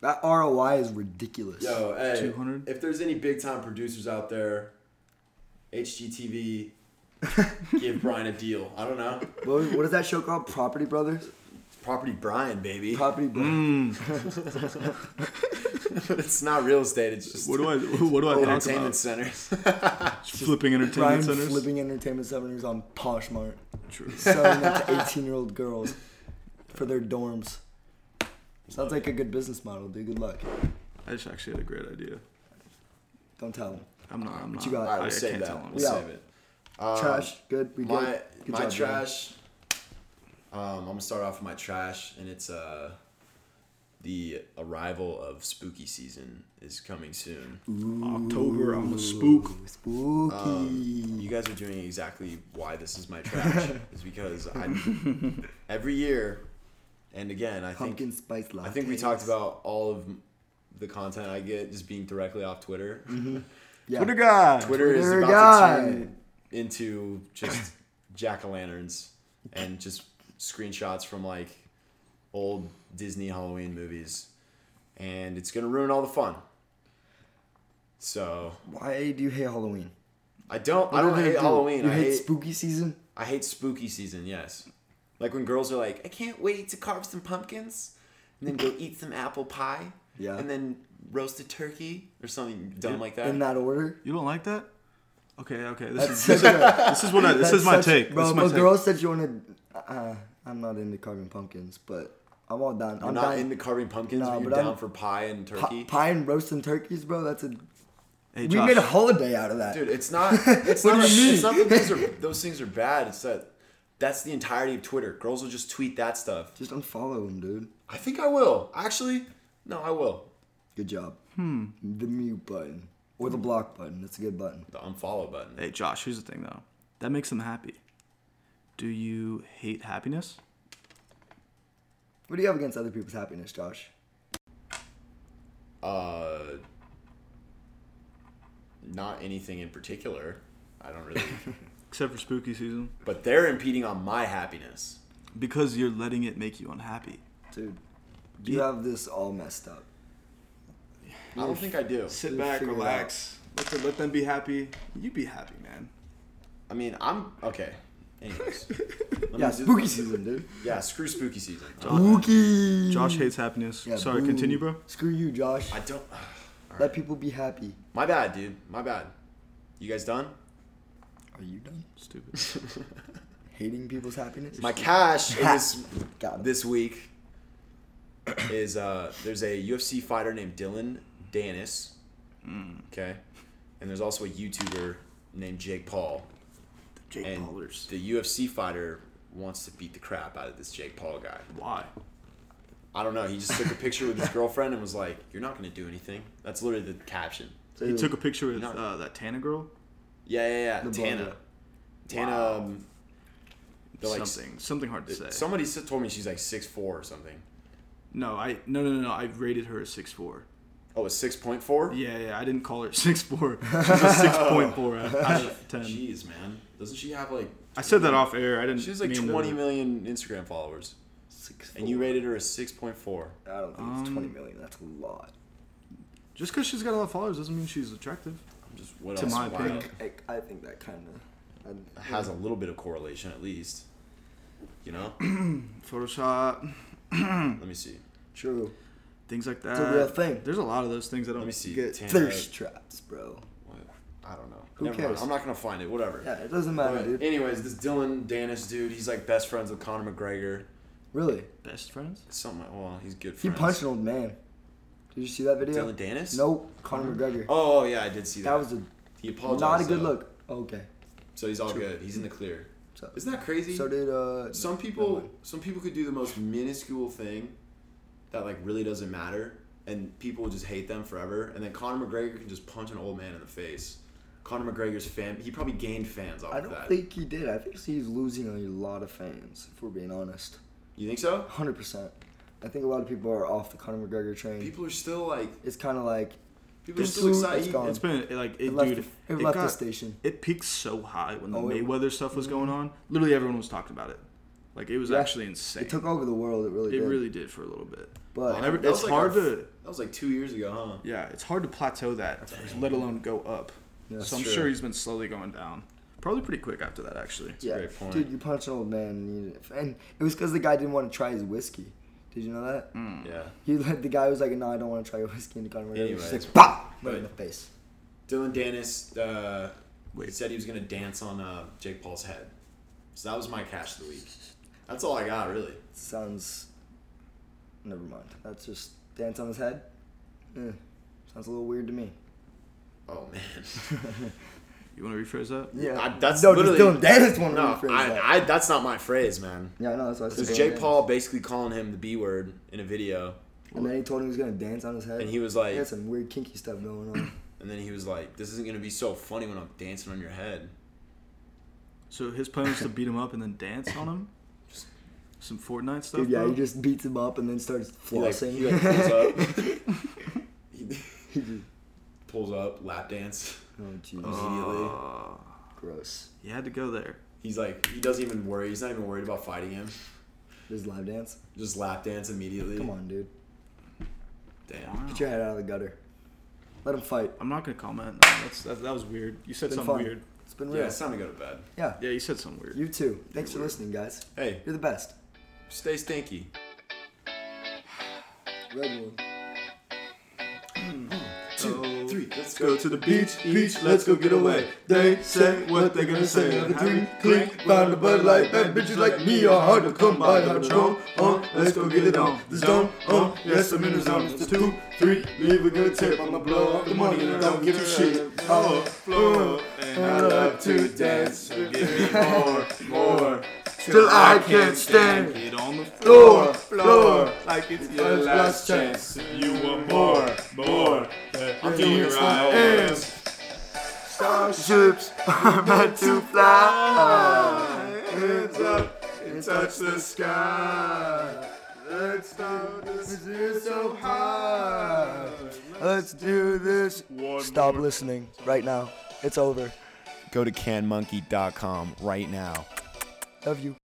S3: That ROI is ridiculous.
S1: Yo, hey,
S4: 200?
S1: if there's any big time producers out there, HGTV, give Brian a deal. I don't know.
S3: What, what is that show called? Property Brothers.
S1: Property Brian, baby.
S3: Property Brothers.
S4: Mm,
S1: it's not real estate. It's just
S4: What do I what do
S3: Oh,
S4: I talk
S1: entertainment
S4: about?
S1: centers.
S4: Flipping entertainment
S3: Brian
S4: centers.
S3: flipping entertainment centers on Poshmark,
S4: True.
S3: selling that to 18-year-old girls for their dorms. Sounds like a good business model, dude. Good luck.
S4: I just actually had a great idea.
S3: Don't tell him.
S4: I'm not I'm not.
S3: you got?
S1: All right,
S4: I,
S1: we'll save
S4: can't
S1: that.
S4: tell
S1: We'll
S4: him.
S3: Yeah.
S1: save it. Um,
S3: Trash. Good. We
S1: My
S3: good. Good
S1: my
S3: job, Brian.
S1: trash. Um, I'm gonna start off with my trash, and it's uh, the arrival of spooky season is coming soon.
S10: October, I'm a spook.
S1: You guys are doing exactly why this is my trash is because I every year, and again I think
S3: Pumpkin spice latte.
S1: I think we talked about all of the content I get just being directly off Twitter.
S3: yeah.
S4: Twitter guy.
S1: Twitter is
S3: Twitter
S1: about
S3: guy.
S1: to turn into just jack o' lanterns and just screenshots from like old Disney Halloween movies, and it's gonna ruin all the fun. So
S3: Why do you hate Halloween?
S1: I don't. I don't
S3: What do they
S1: hate
S3: do?
S1: Halloween.
S3: You
S1: I
S3: hate,
S1: hate.
S3: spooky season.
S1: I hate spooky season. Yes, like when girls are like, I can't wait to carve some pumpkins, and then go eat some apple pie.
S3: Yeah.
S1: And then roast a turkey or something dumb like that.
S3: In that order.
S4: You don't like that? Okay, okay. This is
S3: Such a-
S4: this is what I, this is my
S3: such-
S4: take.
S3: Bro,
S4: this is my
S3: but
S4: take.
S3: girl said you wanted. Uh, I'm not into carving pumpkins, but I'm all down.
S1: I'm
S3: I'm
S1: not
S3: down.
S1: into carving pumpkins.
S3: Nah,
S1: but you're
S3: but
S1: down
S3: I'm-
S1: for pie and
S3: Pi-
S1: turkey.
S3: pie and roasting turkeys, bro. That's a.
S4: Hey,
S3: we
S4: Josh.
S3: made a holiday out of that.
S1: Dude, it's not. It's
S3: What
S1: not.
S3: do you
S1: It's
S3: mean?
S1: not that those are those things are bad. It's that that's the entirety of Twitter. Girls will just tweet that stuff.
S3: Just unfollow him, dude.
S1: I think I will actually. No, I will.
S3: Good job. Hmm. The mute button or
S1: Hmm.
S3: the block button. That's a good button.
S1: The unfollow button.
S4: Hey, Josh. Here's the thing, though. That makes them happy. Do you hate happiness?
S3: What do you have against other people's happiness, Josh?
S1: Uh, not anything in particular. I don't really.
S4: Except for spooky season,
S1: but they're impeding on my happiness.
S4: because you're letting it make you unhappy.
S3: Dude, you have this all messed up.
S1: I don't think I do.
S4: Sit
S3: We'll
S4: back,
S3: figure it
S4: relax. Let them, let them be happy. You be happy, man.
S1: I mean, I'm okay. Anyways, Let me
S3: Yeah,
S1: do-
S3: spooky season, dude.
S1: Yeah, screw spooky season.
S3: Spooky.
S4: Josh hates happiness.
S3: Mm. Yeah,
S4: Sorry,
S3: boo.
S4: continue, bro.
S3: Screw you, Josh.
S1: Uh, I don't.
S3: Let people be happy.
S1: My bad, dude. My bad. You guys done?
S3: Are you done?
S4: Stupid.
S3: Hating people's happiness?
S1: My cash
S3: Ha.
S1: is
S3: God.
S1: this week is uh there's a UFC fighter named Dylan Danis.
S3: Mm.
S1: Okay. And there's also a YouTuber named Jake Paul.
S4: Jake
S1: And
S4: Paulers.
S1: the UFC fighter wants to beat the crap out of this Jake Paul guy.
S4: Why?
S1: I don't know. He just took a picture with his girlfriend and was like, "You're not gonna do anything." That's literally the caption.
S4: He took a picture with
S1: Not-
S4: uh, that Tana girl.
S1: Yeah, yeah, yeah.
S3: The
S1: Tana.
S3: blonde
S1: Tana.
S4: Wow.
S1: Um, they're like,
S4: something, something hard to say.
S1: Somebody s- told me she's like six four or something.
S4: no, I no no no no. I rated her a six four.
S1: Oh, it's six point four.
S4: Yeah, yeah. I didn't call her six four. She's a six point four out out of ten.
S1: Jeez, man. Doesn't she have like
S4: I said that off air. I didn't.
S1: She has like
S4: mean to-
S1: 20 million Instagram followers,
S3: Six
S1: and you
S3: four.
S1: rated her a 6.4.
S3: I don't think it's
S1: Um,
S3: 20 million. That's a lot.
S4: Just because she's got a lot of followers doesn't mean she's attractive.
S1: I'm just what
S4: To
S1: else?
S4: my
S1: Why?
S4: opinion.
S3: I, I think that kind of.
S1: It has a little bit of correlation at least. You know?
S4: Photoshop,
S1: Let me see.
S3: True.
S4: things like that.
S3: a real thing.
S4: There's a lot of those things that don't.
S1: Let me see.
S4: Get.
S1: Tana-
S3: Thirst traps, bro.
S1: what? I don't know.
S3: Who
S1: Never Mind.
S3: cares?
S1: I'm not gonna find it. Whatever.
S3: Yeah, it doesn't matter,
S1: But
S3: dude.
S1: anyways, this Dylan Danis dude, he's like best friends with Conor McGregor.
S3: Really?
S4: Best friends.
S1: Something. like- Well, he's good
S3: He
S1: friends.
S3: punched an old man. Did you see that video?
S1: Dylan Danis.
S3: Nope. Conor McGregor.
S1: Oh uh, yeah, I did see that.
S3: that was a
S1: he apologized.
S3: not a good
S1: though.
S3: look. Okay.
S1: So he's all good. He's in the clear.
S3: So,
S1: Isn't that crazy?
S3: so did uh.
S1: some people some people could do the most minuscule thing that like really doesn't matter and people will just hate them forever and then conor mcgregor can just punch an old man in the face conor mcgregor's fan he probably gained fans off
S3: I
S1: of
S3: don't
S1: that
S3: think he did. I think he's losing a lot of fans. If we're being honest,
S1: you think so
S3: hundred percent. I think a lot of people are off the Conor McGregor train.
S1: people are still like
S3: it's kind of like
S1: people are
S4: This
S1: still
S3: dude
S1: excited
S3: is
S1: He-
S3: gone.
S4: It's been like it,
S3: Um, it left,
S4: dude.
S3: the, it left
S4: got-
S3: the station.
S4: It peaked so high when the
S3: Oh, it-
S4: Mayweather stuff was going on. Literally everyone was talking about it. Like it was
S3: Yeah.
S4: actually insane.
S3: It took over the world. It really
S4: It
S3: did.
S4: really did for a little bit.
S3: But
S4: And every-
S1: That was
S4: it's
S1: like
S4: hard
S1: our-
S4: to
S1: that was like two years ago huh
S4: yeah, it's hard to plateau that, let alone go up.
S3: Yeah.
S4: so I'm
S1: True.
S4: sure he's been slowly going down. Probably pretty quick after that, actually.
S3: yeah,
S1: great point.
S3: dude, you punch an old man, and, you, and it was because the guy didn't want to try his whiskey. Did you know that?
S1: yeah
S3: He like the guy was like, "No, I don't want to try your whiskey." And Conor McGregor was just
S1: Anyways.
S3: like, "Pop!" Right in the
S1: Right.
S3: face.
S1: dylan dennis uh he said he was gonna dance on uh jake paul's head so that was my catch of the week that's all i got really
S3: Sounds. Never mind. That's just dance on his head. Eh, sounds a little weird to me.
S1: oh man
S4: You want to rephrase that?
S3: Yeah.
S1: I, that's
S3: no,
S1: literally
S3: just Dylan Dennis one
S1: no.
S3: rephrase
S1: I,
S3: that.
S1: I that's not my phrase, man.
S3: yeah, I know. That's why I
S1: It
S3: said
S1: was Jay Paul basically calling him the B word in a video,
S3: And then he told him he was gonna dance on his head.
S1: and he was like,
S3: had some weird kinky stuff going on.
S1: and then he was like, "This isn't gonna be so funny when I'm dancing on your head."
S4: So his plan was to beat him up and then dance on him. Some Fortnite stuff.
S3: Dude, yeah,
S4: bro?
S3: he just beats him up and then starts
S1: He like,
S3: flossing.
S1: he like pulls up. he pulls up, lap dance
S3: oh jeez,
S1: immediately. Uh.
S3: gross.
S4: You had to go there.
S1: He's like, he doesn't even worry. He's not even worried about fighting him.
S3: This live dance.
S1: Just lap dance immediately.
S3: Come on, dude.
S1: damn.
S3: Get your head out of the gutter. Let him fight.
S4: I'm not gonna comment. No, that's that, that was weird. You said
S3: It's been
S4: something
S3: fun.
S4: weird.
S3: It's been
S1: Yeah,
S3: real.
S1: it's time to go to bed.
S3: Yeah.
S4: Yeah, you said something weird.
S3: You too. Thanks for listening, guys.
S1: Hey,
S3: You're the best.
S1: stay stinky.
S3: Red one.
S1: Two, three, let's
S4: Oh. Go to the beach, beach, let's go get away. They say what they gonna say. Have a drink, clink, find a bud light. Bad bitches like me are hard to come by. Have a drone on, let's go get it on. The zone on, yes, I'm in the zone. It's the two, three, leave a good tip. I'ma blow up the money and I don't give a shit. Oh, floor, and I love to dance. So give me more, more. Till I can't stand. Get on the floor, floor, like it's your last chance. If you want more, more, I'm here I am.
S3: Starships are meant to fly.
S4: Hands up and touch the sky. Let's start this year so high.
S3: Let's do this. Stop listening right now. It's over.
S1: Go to canmonkey.com right now.
S3: Love you.